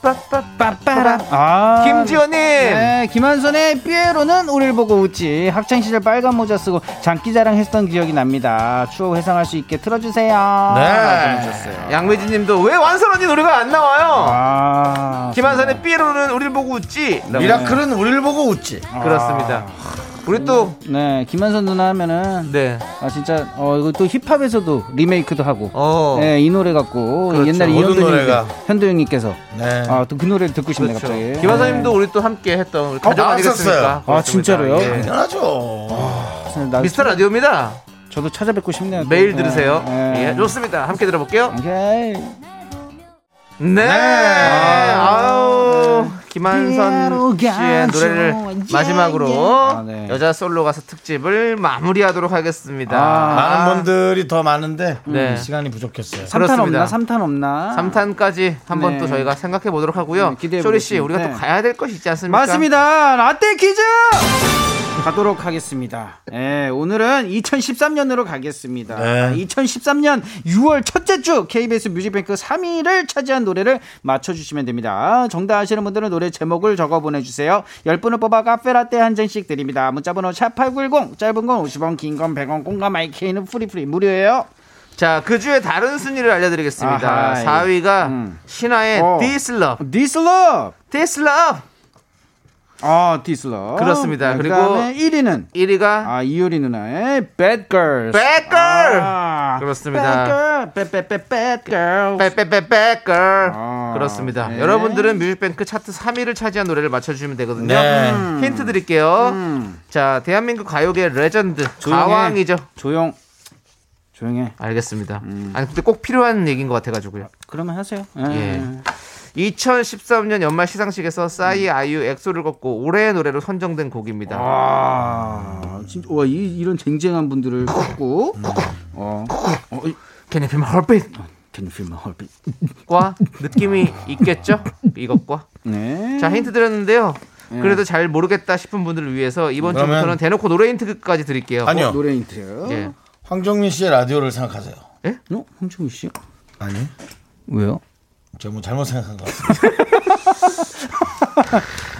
[SPEAKER 9] 빠빠라. 아,
[SPEAKER 2] 김지원님.
[SPEAKER 9] 네, 김한선의 삐에로는 우리를 보고 웃지. 학창 시절 빨간 모자 쓰고 장기자랑했던 기억이 납니다. 추억 회상할 수 있게 틀어주세요.
[SPEAKER 2] 네.
[SPEAKER 9] 라고 보내주셨어요.
[SPEAKER 2] 양미진님도 왜 완선 언니 노래가 안 나와요?
[SPEAKER 9] 아, 네.
[SPEAKER 2] 김한선의 삐로는 우리를 보고 웃지. 라고.
[SPEAKER 1] 네. 미라클은 우리를 보고 웃지.
[SPEAKER 9] 아.
[SPEAKER 2] 그렇습니다. 우리 또
[SPEAKER 9] 네, 김한선 누나 하면은
[SPEAKER 2] 네.
[SPEAKER 9] 아 진짜 어 이거 또 힙합에서도 리메이크도 하고
[SPEAKER 2] 어.
[SPEAKER 9] 네, 이 노래 갖고
[SPEAKER 2] 그렇죠.
[SPEAKER 9] 옛날에
[SPEAKER 1] 모든
[SPEAKER 9] 이현도
[SPEAKER 1] 노래가.
[SPEAKER 9] 님, 현도 형님께서
[SPEAKER 1] 네.
[SPEAKER 9] 아 또 그 노래를 듣고 싶네 요
[SPEAKER 2] 그렇죠.
[SPEAKER 9] 갑자기.
[SPEAKER 2] 김한선님도 우리 또 함께 했던 우리 가족
[SPEAKER 1] 나왔었어요.
[SPEAKER 2] 아니겠습니까?
[SPEAKER 1] 아,
[SPEAKER 9] 아
[SPEAKER 2] 그렇습니다.
[SPEAKER 9] 진짜로요?
[SPEAKER 2] 예.
[SPEAKER 1] 당연하죠.
[SPEAKER 9] 아, 나
[SPEAKER 2] 미스터 라디오입니다.
[SPEAKER 9] 저도 찾아뵙고 싶네요. 또.
[SPEAKER 2] 매일
[SPEAKER 9] 네,
[SPEAKER 2] 들으세요.
[SPEAKER 9] 네.
[SPEAKER 2] 예, 좋습니다. 함께 들어볼게요.
[SPEAKER 9] 오케이.
[SPEAKER 2] 네. 아우 김한선
[SPEAKER 9] 뒤로
[SPEAKER 2] 씨의
[SPEAKER 9] 네. 가죠.
[SPEAKER 2] 노래를
[SPEAKER 9] 예,
[SPEAKER 2] 마지막으로
[SPEAKER 9] 예. 아, 네.
[SPEAKER 2] 여자 솔로 가수 특집을 마무리하도록 하겠습니다.
[SPEAKER 9] 아,
[SPEAKER 1] 많은 분들이 더 많은데
[SPEAKER 2] 네.
[SPEAKER 1] 음, 시간이 부족했어요.
[SPEAKER 9] 3탄
[SPEAKER 2] 그렇습니다.
[SPEAKER 9] 없나? 3탄 없나?
[SPEAKER 2] 3탄까지 한번
[SPEAKER 9] 네.
[SPEAKER 2] 또 저희가 생각해 보도록 하고요.
[SPEAKER 9] 네, 기대해
[SPEAKER 2] 쇼리 씨,
[SPEAKER 9] 보겠습니다.
[SPEAKER 2] 우리가 또
[SPEAKER 9] 네.
[SPEAKER 2] 가야 될 것이 있지 않습니까?
[SPEAKER 9] 맞습니다. 라떼 퀴즈 가도록 하겠습니다. 예, 오늘은 2013년으로 가겠습니다.
[SPEAKER 1] 네.
[SPEAKER 9] 2013년 6월 첫째 주 KBS 뮤직뱅크 3위를 차지한 노래를 맞춰주시면 됩니다. 정답 아시는 분들은 노래 제목을 적어 보내주세요. 10분을 뽑아 카페라떼 한 잔씩 드립니다. 문자번호 샵8910 짧은 건 50원 긴 건 100원 공감 IK는 프리프리 무료예요.
[SPEAKER 2] 자, 그 주에 다른 순위를 알려드리겠습니다.
[SPEAKER 9] 아하,
[SPEAKER 2] 4위가
[SPEAKER 9] 음.
[SPEAKER 2] 신화의
[SPEAKER 9] 어.
[SPEAKER 2] This Love.
[SPEAKER 9] 디슬럽
[SPEAKER 2] This Love.
[SPEAKER 9] 아, 디슬러.
[SPEAKER 2] 그렇습니다.
[SPEAKER 9] 네,
[SPEAKER 2] 그리고
[SPEAKER 9] 그다음에 1위는
[SPEAKER 2] 1위가
[SPEAKER 9] 아, 이효리 누나의 Bad Girls.
[SPEAKER 2] Bad Girl.
[SPEAKER 9] 아.
[SPEAKER 2] 아, 그렇습니다.
[SPEAKER 9] Bad Girl. Bad Bad Bad Bad Girl.
[SPEAKER 2] 빼빼빼빼 girl.
[SPEAKER 1] 아,
[SPEAKER 2] 그렇습니다.
[SPEAKER 9] 네.
[SPEAKER 2] 여러분들은 뮤직뱅크 차트 3위를 차지한 노래를 맞춰주시면 되거든요.
[SPEAKER 9] 네.
[SPEAKER 2] 음. 힌트 드릴게요.
[SPEAKER 1] 음.
[SPEAKER 2] 자, 대한민국 가요계 레전드
[SPEAKER 9] 조용해.
[SPEAKER 2] 가왕이죠.
[SPEAKER 9] 조용. 조용해.
[SPEAKER 2] 알겠습니다.
[SPEAKER 1] 음.
[SPEAKER 2] 아니 근데 꼭 필요한 얘기인 것 같아가지고요.
[SPEAKER 9] 그러면 하세요.
[SPEAKER 2] 예. 2013년 연말 시상식에서
[SPEAKER 1] 음.
[SPEAKER 2] 싸이 아이유 엑소를 걷고 올해의 노래로 선정된 곡입니다.
[SPEAKER 9] 아, 진짜 와, 이, 이런 쟁쟁한 분들을 꼽고 어. 어.
[SPEAKER 2] Can you feel my heartbeat?
[SPEAKER 9] Can you feel my heartbeat?
[SPEAKER 2] 과
[SPEAKER 1] [LAUGHS]
[SPEAKER 2] 느낌이 있겠죠? 이것과.
[SPEAKER 9] 네.
[SPEAKER 1] 음.
[SPEAKER 2] 자 힌트 드렸는데요. 그래도 잘 모르겠다 싶은 분들을 위해서
[SPEAKER 1] 예.
[SPEAKER 2] 이번
[SPEAKER 1] 그러면-
[SPEAKER 2] 주부터는 대놓고 노래 힌트까지 드릴게요.
[SPEAKER 1] 아니요.
[SPEAKER 9] 노래 힌트요.
[SPEAKER 2] 예.
[SPEAKER 1] 어, 황정민 씨의 라디오를 생각하세요.
[SPEAKER 9] 어? 홍중희 씨?
[SPEAKER 1] 아니,
[SPEAKER 9] 왜요?
[SPEAKER 1] 제가 뭐 잘못 생각한 것 같습니다.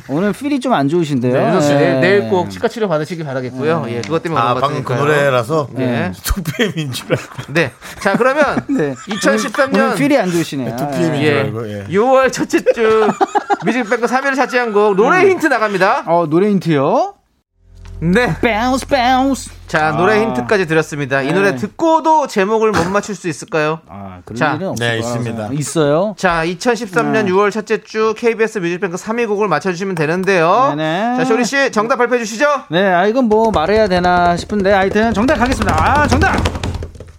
[SPEAKER 9] 오늘 필이 좀 안 좋으신데요.
[SPEAKER 2] 네, 윤석 씨,
[SPEAKER 9] 예.
[SPEAKER 2] 내일, 내일 꼭 치과 치료 받으시길 바라겠고요.
[SPEAKER 9] 음.
[SPEAKER 2] 예, 그것 때문에
[SPEAKER 1] 아,
[SPEAKER 2] 오는 것
[SPEAKER 1] 방금 그
[SPEAKER 2] 같으니까요.
[SPEAKER 1] 노래라서 [LAUGHS] 음.
[SPEAKER 2] 네.
[SPEAKER 1] 투피엠인 줄 알고.
[SPEAKER 2] 네. 자, 그러면
[SPEAKER 9] [LAUGHS] 네. 오늘
[SPEAKER 2] 2013년
[SPEAKER 9] 필이 안 좋으시네요.
[SPEAKER 1] 투피엠인 줄
[SPEAKER 2] 예.
[SPEAKER 1] 알고. 예.
[SPEAKER 2] 6월 첫째 주 [LAUGHS] 뮤직뱅크 3위를 차지한 곡 노래
[SPEAKER 9] 음.
[SPEAKER 2] 힌트 나갑니다.
[SPEAKER 9] 어, 노래 힌트요.
[SPEAKER 2] 네.
[SPEAKER 9] bounce bounce.
[SPEAKER 2] 자, 노래
[SPEAKER 9] 아.
[SPEAKER 2] 힌트까지 드렸습니다. 이
[SPEAKER 9] 네.
[SPEAKER 2] 노래 듣고도 제목을 못 맞출 수 있을까요?
[SPEAKER 9] 아, 그런
[SPEAKER 2] 자,
[SPEAKER 9] 일은 없을
[SPEAKER 1] 네,
[SPEAKER 9] 거라고
[SPEAKER 1] 있습니다.
[SPEAKER 9] 생각해요. 있어요.
[SPEAKER 2] 자, 2013년
[SPEAKER 9] 네.
[SPEAKER 2] 6월 첫째 주 KBS 뮤직뱅크 3위 곡을 맞춰주시면 되는데요.
[SPEAKER 9] 네네.
[SPEAKER 2] 자, 쇼리 씨 정답 발표해 주시죠.
[SPEAKER 9] 네, 아 이건 뭐 말해야 되나 싶은데 하여튼 정답 가겠습니다. 아, 정답.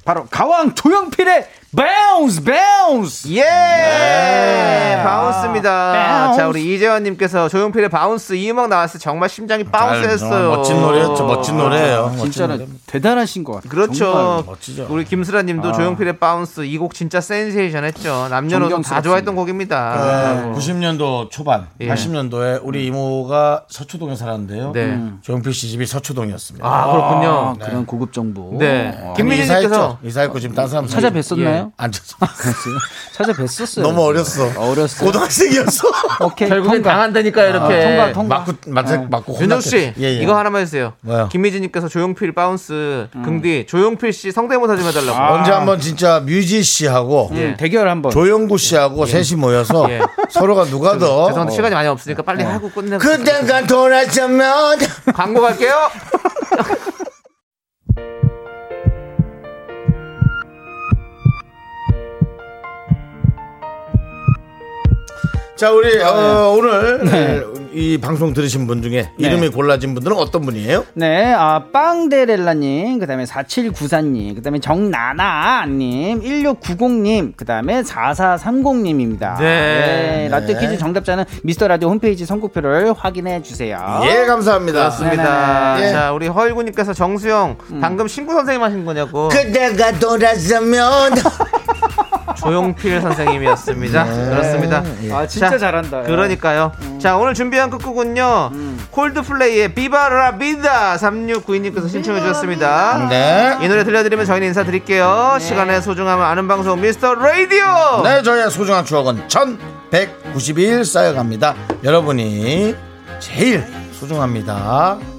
[SPEAKER 9] 바로 가왕 조영필의 bounce bounce.
[SPEAKER 2] 예! 네. 바운스입니다.
[SPEAKER 9] 바운스.
[SPEAKER 2] 자, 우리 이재원님께서 조용필의 바운스 이 음악 나왔을 때 정말 심장이 바운스
[SPEAKER 1] 잘, 정말
[SPEAKER 2] 했어요.
[SPEAKER 1] 멋진 노래였죠. 멋진 노래예요. 아, 멋진
[SPEAKER 9] 아, 진짜로
[SPEAKER 1] 노래.
[SPEAKER 9] 대단하신 것 같아요.
[SPEAKER 2] 그렇죠.
[SPEAKER 1] 멋지죠.
[SPEAKER 2] 우리 김슬아 님도 조용필의 바운스 이 곡 진짜 센세이션 했죠. 남녀노소 다
[SPEAKER 9] 존경스럽습니다.
[SPEAKER 2] 좋아했던 곡입니다.
[SPEAKER 1] 90년도 네. 초반,
[SPEAKER 2] 예.
[SPEAKER 1] 80년도에 우리 이모가 서초동에 살았는데요. 음.
[SPEAKER 2] 네.
[SPEAKER 1] 조용필 씨 집이 서초동이었습니다.
[SPEAKER 2] 아, 그렇군요.
[SPEAKER 9] 아, 그런 고급 정보.
[SPEAKER 2] 네.
[SPEAKER 1] 아니,
[SPEAKER 2] 김민희 님께서
[SPEAKER 1] 이사했죠. 이사했고 지금 다른 사람
[SPEAKER 9] 찾아뵀었나요?
[SPEAKER 1] 앉아서
[SPEAKER 9] [LAUGHS] 찾아뵀었어요.
[SPEAKER 1] 예.
[SPEAKER 2] 네.
[SPEAKER 1] 너무 어렸어.
[SPEAKER 9] 어렸어요.
[SPEAKER 1] 고등학생이었어.
[SPEAKER 2] [LAUGHS]
[SPEAKER 9] 오케이.
[SPEAKER 2] 결국엔
[SPEAKER 9] 통과.
[SPEAKER 2] 당한다니까요, 이렇게.
[SPEAKER 9] 아, 통과 통과.
[SPEAKER 1] 맞고 맞고 맞고
[SPEAKER 2] 네. 윤정 씨,
[SPEAKER 1] 혼났대. 예, 예.
[SPEAKER 2] 이거 하나만 해주세요.
[SPEAKER 1] 뭐요?
[SPEAKER 2] 김미진님께서 조용필 바운스, 긍디 조용필 씨 성대모사 좀 해달라고.
[SPEAKER 1] 아. 언제 한번 진짜 뮤지 씨하고
[SPEAKER 2] 아. 예.
[SPEAKER 9] 대결 한번.
[SPEAKER 1] 조영구 씨하고 셋이 모여서
[SPEAKER 2] 예.
[SPEAKER 1] 서로가 누가 더
[SPEAKER 2] 죄송한데 시간이 많이 없으니까 빨리 하고 어? 네. 끝내고. 네.
[SPEAKER 1] 그때가 돌아서면
[SPEAKER 2] 광고 갈게요.
[SPEAKER 1] 자
[SPEAKER 2] 아, 예.
[SPEAKER 1] 우리 어, 오늘
[SPEAKER 2] 네.
[SPEAKER 1] 이 방송 들으신 분 중에 이름이 골라진 분들은 어떤 분이에요?
[SPEAKER 9] 네, 아, 빵데렐라님, 그 다음에 4794님, 그 다음에 정나나님, 1690님, 그 다음에 4430님입니다.
[SPEAKER 2] 네.
[SPEAKER 9] 라떼 퀴즈 정답자는 미스터 라디오 홈페이지 선곡표를 확인해 주세요.
[SPEAKER 2] 아,
[SPEAKER 1] 예 감사합니다.
[SPEAKER 2] 좋습니다.
[SPEAKER 1] 예.
[SPEAKER 2] 자, 우리 허일구님께서 정수영 방금 신구 선생님 하신 거냐고.
[SPEAKER 1] 그때가
[SPEAKER 2] [LAUGHS]
[SPEAKER 1] 돌아서면
[SPEAKER 2] 조용필 선생님이었습니다. 그렇습니다.
[SPEAKER 1] 예.
[SPEAKER 9] 아, 진짜 잘한다.
[SPEAKER 2] 예. 그러니까요. 자, 오늘 준비한 끝곡은요. 콜드플레이의 비바라 비다 3692님께서 신청해 주셨습니다. 네.
[SPEAKER 1] 네.
[SPEAKER 2] 이 노래 들려드리면 저희는 인사드릴게요. 시간의 소중함을 아는 방송 미스터 라디오.
[SPEAKER 1] 네, 저희의 소중한 추억은 1191 쌓여갑니다. 여러분이 제일 소중합니다.